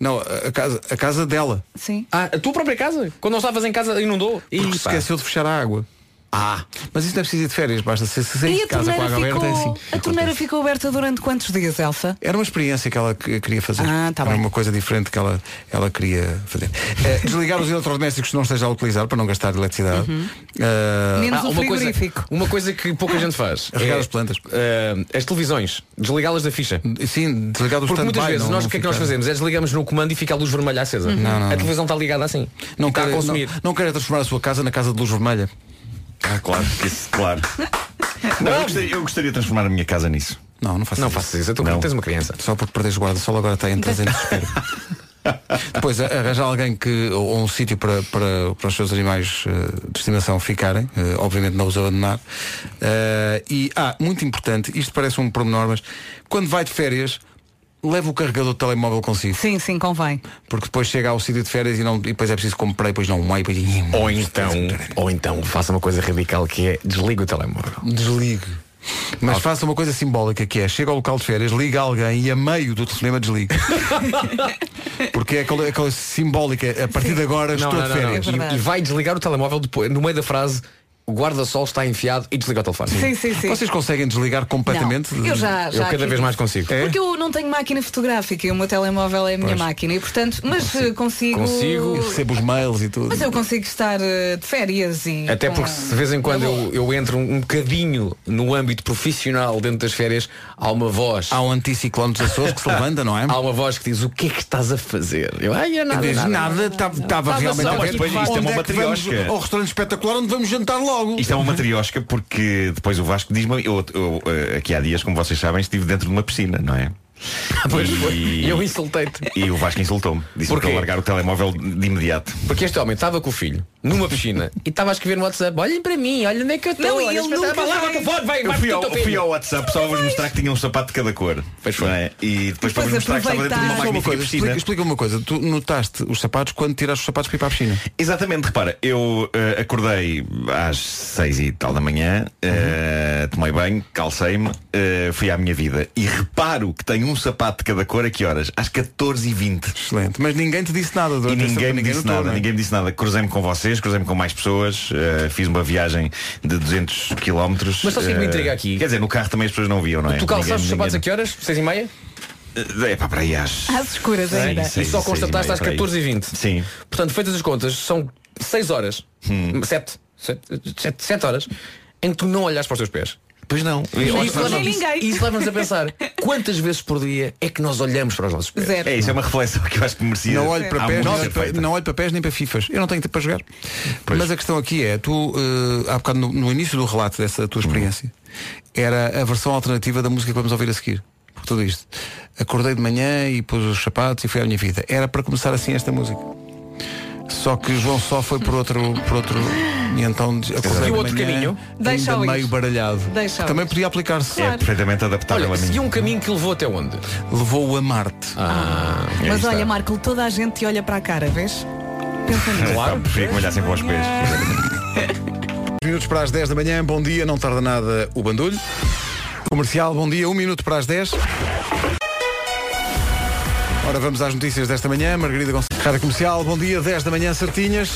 Speaker 1: Não, a a casa, a casa dela.
Speaker 2: sim.
Speaker 6: Ah, a tua própria casa? Quando não estavas em casa inundou? E
Speaker 1: Porque esqueceu de fechar a água. Ah. Mas isso não é preciso ir de férias, basta ser se sair
Speaker 2: E
Speaker 1: de
Speaker 2: a
Speaker 1: casa com a
Speaker 2: torneira,
Speaker 1: água aberta.
Speaker 2: ficou,
Speaker 1: é assim.
Speaker 2: a torneira ficou aberta durante quantos dias, Elsa?
Speaker 1: Era uma experiência que ela que- queria fazer.
Speaker 2: Ah, tá
Speaker 1: Era
Speaker 2: bem.
Speaker 1: uma coisa diferente que ela, ela queria fazer. Eh, desligar os eletrodomésticos que não esteja a utilizar para não gastar eletricidade. Eh,
Speaker 2: Uhum. Menos o
Speaker 6: uma coisa,
Speaker 2: frigorífico.
Speaker 6: uma coisa que pouca gente faz.
Speaker 1: Regar as plantas.
Speaker 6: ah, as televisões, desligá-las da ficha.
Speaker 1: Sim, desligar dos
Speaker 6: Porque muitas vezes nós o que é que nós fazemos? É desligamos no comando e fica a luz vermelha acesa.
Speaker 1: Não, não,
Speaker 6: a
Speaker 1: não.
Speaker 6: televisão está ligada assim.
Speaker 1: Não
Speaker 6: E está a
Speaker 1: quero,
Speaker 6: consumir.
Speaker 1: Não, não quero transformar a sua casa na casa de luz vermelha.
Speaker 12: Ah, claro, que isso, claro. Não, eu, gostaria, eu gostaria de transformar a minha casa nisso.
Speaker 1: Não, não faço
Speaker 6: Não
Speaker 1: isso.
Speaker 6: faças isso, tu
Speaker 12: Não.
Speaker 6: tens uma criança.
Speaker 1: Só porque perdeste o guarda-sol agora está em 300 desespero. Depois a- arranjar alguém que, ou um sítio para, para, para os seus animais eh, de estimação ficarem, eh, obviamente não os abandonar. Eh, e, ah, muito importante, isto parece um pormenor, mas quando vai de férias, leva o carregador de telemóvel consigo.
Speaker 2: Sim, sim, convém.
Speaker 1: Porque depois chega ao sítio de férias e, não, e depois é preciso comprar e depois não há e depois...
Speaker 6: Ou então, ou então faça uma coisa radical que é desliga o telemóvel.
Speaker 1: Desligue. Mas faça uma coisa simbólica que é, chega ao local de férias, liga alguém e a meio do telefonema desliga. Porque é aquela, aquela simbólica, a partir de agora
Speaker 6: Não,
Speaker 1: estou
Speaker 6: não,
Speaker 1: de
Speaker 6: não, É não.
Speaker 1: férias.
Speaker 6: E, e vai desligar o telemóvel depois, no meio da frase, o guarda-sol está enfiado e desliga o telefone.
Speaker 2: Sim, sim, sim.
Speaker 1: Vocês conseguem desligar completamente?
Speaker 2: Não. Eu já- já
Speaker 6: Eu cada
Speaker 2: aqui-
Speaker 6: vez mais consigo.
Speaker 2: Porque eu não tenho máquina fotográfica e o meu telemóvel é a minha
Speaker 1: É? Pois.
Speaker 2: máquina e portanto, mas eh, consigo,
Speaker 1: Eu recebo os mails e tudo.
Speaker 2: mas eu consigo estar eh, de férias e
Speaker 6: Até
Speaker 2: com-
Speaker 6: porque se de vez em quando eu, eu entro um bocadinho no âmbito profissional dentro das férias, há uma voz. Há
Speaker 1: um anticiclone dos Açores que se levanta, não é?
Speaker 6: há uma voz que diz o que é que estás a fazer? Eu, ai, eu nada,
Speaker 1: Diz,
Speaker 6: nada,
Speaker 1: nada, estava realmente a
Speaker 12: mas
Speaker 1: ver.
Speaker 12: depois isto é
Speaker 1: Onde
Speaker 12: uma
Speaker 1: que vamos?
Speaker 12: matriosca.
Speaker 1: Ao restaurante espetacular onde vamos jantar logo.
Speaker 12: Isto é uma matriosca porque depois o Vasco diz-me, eu, eu, eh, aqui há dias, como vocês sabem, estive dentro de uma piscina, não é?
Speaker 6: Pois foi.
Speaker 12: E
Speaker 6: E eu insultei-te.
Speaker 12: E o Vasco insultou-me. Disse-me
Speaker 6: Porquê?
Speaker 12: para eu largar o telemóvel de imediato.
Speaker 6: Porque este homem estava com o filho numa piscina e estava a escrever no WhatsApp, olhem para mim, olhem onde é que eu estou.
Speaker 9: Não, e
Speaker 6: olhem
Speaker 9: ele
Speaker 6: para-
Speaker 9: nunca
Speaker 6: Vai lá,
Speaker 9: vai.
Speaker 6: vai para fora, vai,
Speaker 12: Eu
Speaker 6: vai
Speaker 12: fui
Speaker 6: para o
Speaker 12: ao,
Speaker 6: teu filho.
Speaker 12: fui ao WhatsApp só para vos mostrar que tinha um sapato de cada cor. não é? E depois para vos mostrar que estava dentro de uma
Speaker 1: Só uma
Speaker 12: magnífica
Speaker 1: coisa,
Speaker 12: piscina.
Speaker 1: explica, explica uma coisa. Tu notaste os sapatos quando tiraste os sapatos para ir para a piscina.
Speaker 12: Exatamente, repara, eu eh, acordei às seis e tal da manhã,
Speaker 6: Uhum.
Speaker 12: eh, tomei banho, calcei-me, eh, fui à minha vida e reparo que tenho um sapato de cada cor a que horas? Às 14h20.
Speaker 1: Excelente. Mas ninguém te disse nada
Speaker 12: E
Speaker 1: durante essa-
Speaker 12: ninguém me disse
Speaker 1: notou,
Speaker 12: nada,
Speaker 1: não é?
Speaker 12: ninguém me disse nada. Cruzei-me com vocês, cruzei-me com mais pessoas, eh, fiz uma viagem de 200 km.
Speaker 6: Mas sabes o que é que me intriga aqui?
Speaker 12: Quer dizer, no carro também as pessoas não viam, não é?
Speaker 6: Tu calçaste os
Speaker 12: Ninguém-
Speaker 6: sapatos a que horas? Seis e meia?
Speaker 12: ninguém- É pá, para aí às.
Speaker 2: às escuras
Speaker 12: Sim,
Speaker 2: ainda.
Speaker 12: sim.
Speaker 6: e só
Speaker 12: seis
Speaker 6: constataste
Speaker 12: e meia,
Speaker 6: às
Speaker 12: por aí.
Speaker 6: 14h20.
Speaker 12: Sim. Hum.
Speaker 6: Portanto, feitas as contas, são 6 horas, 7, 7 horas, em que tu não olhas para os teus pés.
Speaker 12: Pois não.
Speaker 6: E
Speaker 12: Olha,
Speaker 6: isso
Speaker 12: não
Speaker 6: leva-
Speaker 12: vi
Speaker 6: isso- isso leva-nos a pensar quantas vezes por dia é que nós olhamos para os nossos pés.
Speaker 12: É isso, é uma reflexão que eu acho que merecia.
Speaker 1: Não olho,
Speaker 12: há
Speaker 1: para pés,
Speaker 12: muito
Speaker 1: não,
Speaker 12: ser
Speaker 1: olho para,
Speaker 12: feita.
Speaker 1: não olho para pés nem para FIFAs. Eu não tenho tempo para jogar. Mas a questão aqui é, tu, eh, há bocado no, no início do relato dessa
Speaker 12: Hum.
Speaker 1: tua experiência, era a versão alternativa da música que vamos ouvir a seguir. Por tudo isto. Acordei de manhã e pus os sapatos e fui à minha vida. Era para começar assim esta música. Só que João só foi por outro. Por outro e então diz- acordei
Speaker 6: Seguiu
Speaker 1: de
Speaker 6: outro
Speaker 1: manhã,
Speaker 6: caminho?
Speaker 1: ainda
Speaker 6: Deixa-o ir.
Speaker 1: meio baralhado.
Speaker 6: Deixa-o
Speaker 1: Também
Speaker 6: ir.
Speaker 1: podia aplicar-se.
Speaker 6: Claro.
Speaker 12: É Perfeitamente adaptável
Speaker 6: Olha,
Speaker 12: a mim.
Speaker 6: seguiu um caminho que levou até onde?
Speaker 1: Levou-o a Marte.
Speaker 6: Ah,
Speaker 2: Mas olha, Marco, toda a gente te olha para a cara, vês? Pensa nisso.
Speaker 12: Claro, preferia que me olhassem para os pés.
Speaker 1: Minutos para as 10 da manhã, bom dia, não tarda nada o bandulho. Comercial, bom dia, um minuto para as 10. Ora, vamos às notícias desta manhã. Margarida Gonçalves. Rádio Comercial, bom dia, 10 da manhã, certinhas.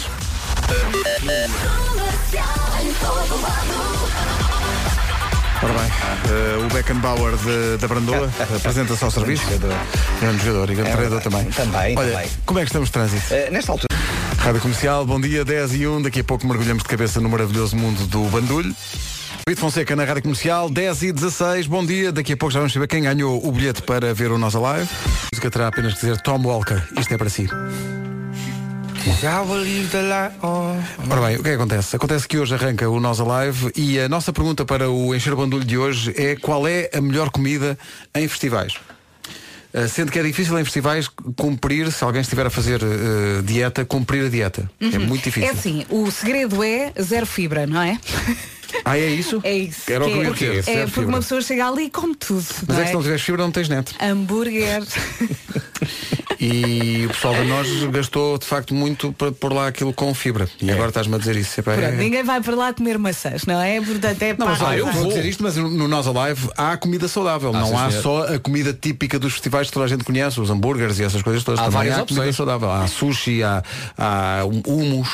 Speaker 1: Ora bem, eh, o Beckenbauer de- da Brandoa apresenta-se ao serviço. Grande um jogador e grande
Speaker 4: É
Speaker 1: treinador
Speaker 4: verdade.
Speaker 1: também.
Speaker 4: Também,
Speaker 1: Olha,
Speaker 4: também.
Speaker 1: como é que estamos de trânsito?
Speaker 4: Eh, nesta altura.
Speaker 1: Rádio Comercial, bom dia, 10 e 1. Daqui a pouco mergulhamos de cabeça no maravilhoso mundo do bandulho. Brito Fonseca na Rádio Comercial, 10 e 16. Bom dia, daqui a pouco já vamos saber quem ganhou o bilhete para ver o Nós Alive. A música terá apenas que dizer Tom Walker, isto é para si. Ora bem, o que é que acontece? Acontece que hoje arranca o Nós Alive e a nossa pergunta para o Encher o Bandulho de hoje é qual é a melhor comida em festivais? Ah, Sendo que é difícil em festivais cumprir, se alguém estiver a fazer eh, dieta, cumprir a dieta. É
Speaker 2: Uhum.
Speaker 1: muito difícil.
Speaker 2: É assim, o segredo é zero fibra, não é?
Speaker 1: Ah, é isso?
Speaker 2: É isso.
Speaker 1: Era o que eu ia
Speaker 2: Porque-
Speaker 1: dizer,
Speaker 2: é
Speaker 1: zero
Speaker 2: porque
Speaker 1: fibra.
Speaker 2: uma pessoa chega ali e come tudo.
Speaker 1: Mas
Speaker 2: não
Speaker 1: é que se não tiveres fibra não tens net.
Speaker 2: Hambúrguer.
Speaker 1: E o pessoal da nós gastou de facto muito para pôr lá aquilo com fibra. E agora estás-me a dizer isso. Epá, é-
Speaker 2: Pronto, ninguém vai para lá comer maçãs, não é? Portanto, é
Speaker 1: Não, mas
Speaker 2: pá,
Speaker 1: olha, eu
Speaker 2: pá.
Speaker 1: vou dizer isto, mas no Nós Alive há comida saudável.
Speaker 6: Ah,
Speaker 1: não
Speaker 6: sim,
Speaker 1: há
Speaker 6: senhor.
Speaker 1: só a comida típica dos festivais que toda a gente conhece, os hambúrgueres e essas coisas todas.
Speaker 6: Há
Speaker 1: Também
Speaker 6: várias
Speaker 1: há comida
Speaker 6: opções.
Speaker 1: saudável. Há sushi, há, há humus.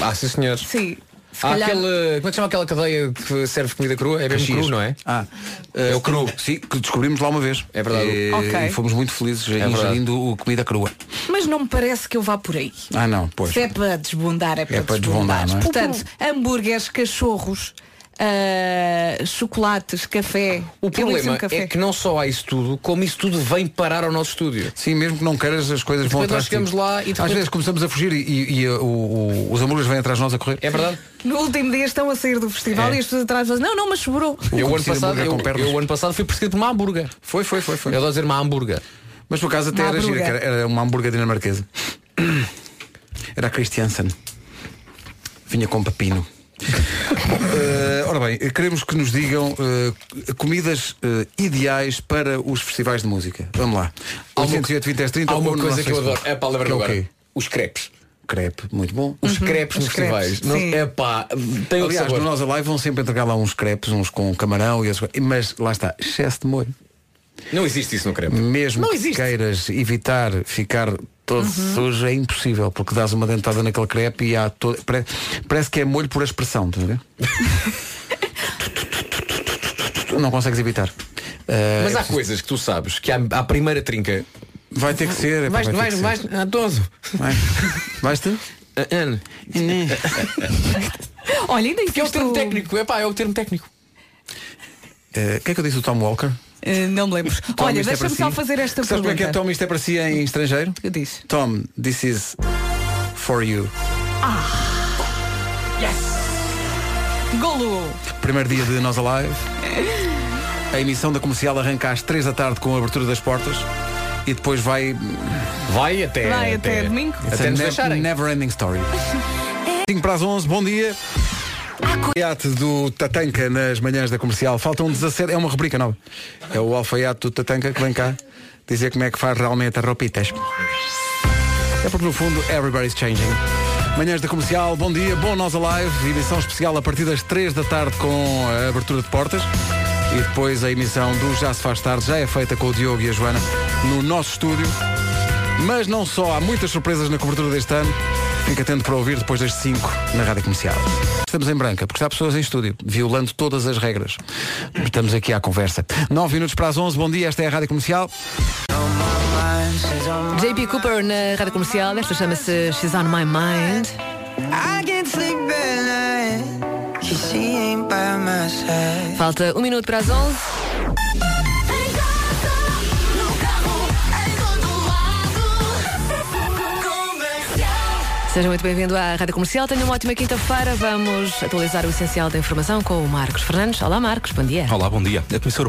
Speaker 6: Ah, sim senhores.
Speaker 2: Sim.
Speaker 6: Há
Speaker 2: calhar-
Speaker 6: aquele, como é que chama aquela cadeia que serve comida crua? É mesmo
Speaker 1: Caxias.
Speaker 6: cru, não é?
Speaker 1: Ah, é o cru. Sim, que descobrimos lá uma vez. É
Speaker 6: verdade. É
Speaker 1: E,
Speaker 2: Ok.
Speaker 1: e fomos muito felizes ingerindo o comida crua.
Speaker 2: Mas não me parece que eu vá por aí.
Speaker 1: Ah, não, pois.
Speaker 2: Se é para desbundar, é para,
Speaker 1: para
Speaker 2: desbundar.
Speaker 1: desbundar, não é?
Speaker 2: Portanto, hambúrgueres, cachorros, ah, chocolates, um café.
Speaker 6: O problema é que não só há isso tudo, como isso tudo vem parar ao nosso estúdio.
Speaker 1: Sim, mesmo que não queiras, as coisas vão
Speaker 6: Depois nós
Speaker 1: atrás de ti.
Speaker 6: chegamos lá e de
Speaker 1: Às
Speaker 6: repente-
Speaker 1: vezes começamos a fugir e, e- e, uh, o- o- os hambúrgueres vêm atrás de nós a correr.
Speaker 6: É verdade.
Speaker 2: No último dia estão a sair do festival
Speaker 6: É.
Speaker 2: e as pessoas atrás dizem, não, não, mas sobrou.
Speaker 6: Eu ano,
Speaker 1: conhecido
Speaker 6: passado,
Speaker 1: hambúrguer
Speaker 6: eu,
Speaker 1: com pernas.
Speaker 6: eu ano passado fui perseguido por uma hambúrguer.
Speaker 1: Foi, foi, foi. foi.
Speaker 6: Eu adoro dizer uma hambúrguer.
Speaker 1: Mas por acaso até
Speaker 2: Uma
Speaker 1: era gira, que
Speaker 2: hambúrguer.
Speaker 1: era, era uma hambúrguer dinamarquesa. Era a Christiansen. Vinha com pepino. Eh, ora bem, eh, queremos que nos digam eh, comidas eh, ideais para os festivais de música. Vamos lá.
Speaker 6: Há uma-
Speaker 1: 808 20 10 30
Speaker 6: há uma
Speaker 1: ou no
Speaker 6: coisa
Speaker 1: nosso
Speaker 6: que eu
Speaker 1: Facebook.
Speaker 6: adoro. É pá, lembra-me
Speaker 1: Que é o
Speaker 6: agora.
Speaker 1: quê?
Speaker 6: Os crepes.
Speaker 1: Crepe, muito bom.
Speaker 6: Os crepes nos
Speaker 1: Uhum. Os crepes,
Speaker 6: festivais. Não,
Speaker 1: sim.
Speaker 6: é pá, tem o
Speaker 1: Aliás,
Speaker 6: sabor.
Speaker 1: no Nós Alive vão sempre entregar lá uns crepes, uns com camarão e outros. Mas lá está, excesso de molho.
Speaker 6: Não existe isso no crepe.
Speaker 1: Mesmo
Speaker 6: Não
Speaker 1: que
Speaker 6: existe. Uhum.
Speaker 1: queiras evitar ficar todo sujo, é impossível, porque dás uma dentada naquele crepe e há todo. pare- Parece que é molho por expressão, estás a ver? Não consegues evitar. Eh,
Speaker 6: Mas há
Speaker 1: é preciso-
Speaker 6: coisas que tu sabes que à, à primeira trinca.
Speaker 1: Vai ter que ser. é pá,
Speaker 6: Vais,
Speaker 1: vai ter
Speaker 6: vais,
Speaker 1: que
Speaker 6: vais,
Speaker 1: ser.
Speaker 6: a 12.
Speaker 1: Vais tu?
Speaker 6: Ana. ah.
Speaker 2: Olha, ainda
Speaker 6: Porque é o termo técnico, é pá, é o termo técnico.
Speaker 1: Eh, O que é que eu disse do Tom Walker?
Speaker 2: Eh, não me lembro.
Speaker 1: Tom,
Speaker 2: Olha,
Speaker 1: isto é para
Speaker 2: deixa-me só
Speaker 1: si.
Speaker 2: fazer esta
Speaker 1: Sabes como é
Speaker 2: pergunta. é
Speaker 1: que é Tom, isto é para si em estrangeiro?
Speaker 2: Eu disse.
Speaker 1: Tom, this is for you.
Speaker 2: Ah. Yes! Golo!
Speaker 1: Primeiro dia de Nós Alive. A emissão da comercial arranca às 3 da tarde com a abertura das portas e depois vai.
Speaker 6: Vai até.
Speaker 2: Vai até até- domingo.
Speaker 1: It's
Speaker 6: até
Speaker 1: a
Speaker 6: nos
Speaker 1: ne-
Speaker 6: deixarem.
Speaker 1: Never ending story. 5 para as 11, bom dia. Alfaiate do Tatanca nas manhãs da comercial. Faltam 17, é uma rubrica nova. É o alfaiate do Tatanca que vem cá dizer como é que faz realmente a roupitas. É porque no fundo everybody's changing. Manhãs da comercial, bom dia, bom Nós Alive, emissão especial a partir das 3 da tarde com a abertura de portas. E depois a emissão do Já Se Faz Tarde já é feita com o Diogo e a Joana no nosso estúdio. Mas não só, há muitas surpresas na cobertura deste ano. Fica atento para ouvir depois das 5 na rádio comercial. Estamos em branca, porque está pessoas em estúdio, violando todas as regras. Estamos aqui à conversa. 9 minutos para as 11, bom dia, esta é a rádio comercial.
Speaker 21: JP Cooper na rádio comercial, esta chama-se She's on My Mind. Falta um minuto para as 11. Seja muito bem-vindo à Rádio Comercial. Tenha uma ótima quinta-feira. Vamos atualizar o essencial da informação com o Marcos Fernandes. Olá, Marcos. Bom dia.
Speaker 23: Olá, bom dia. A Comissão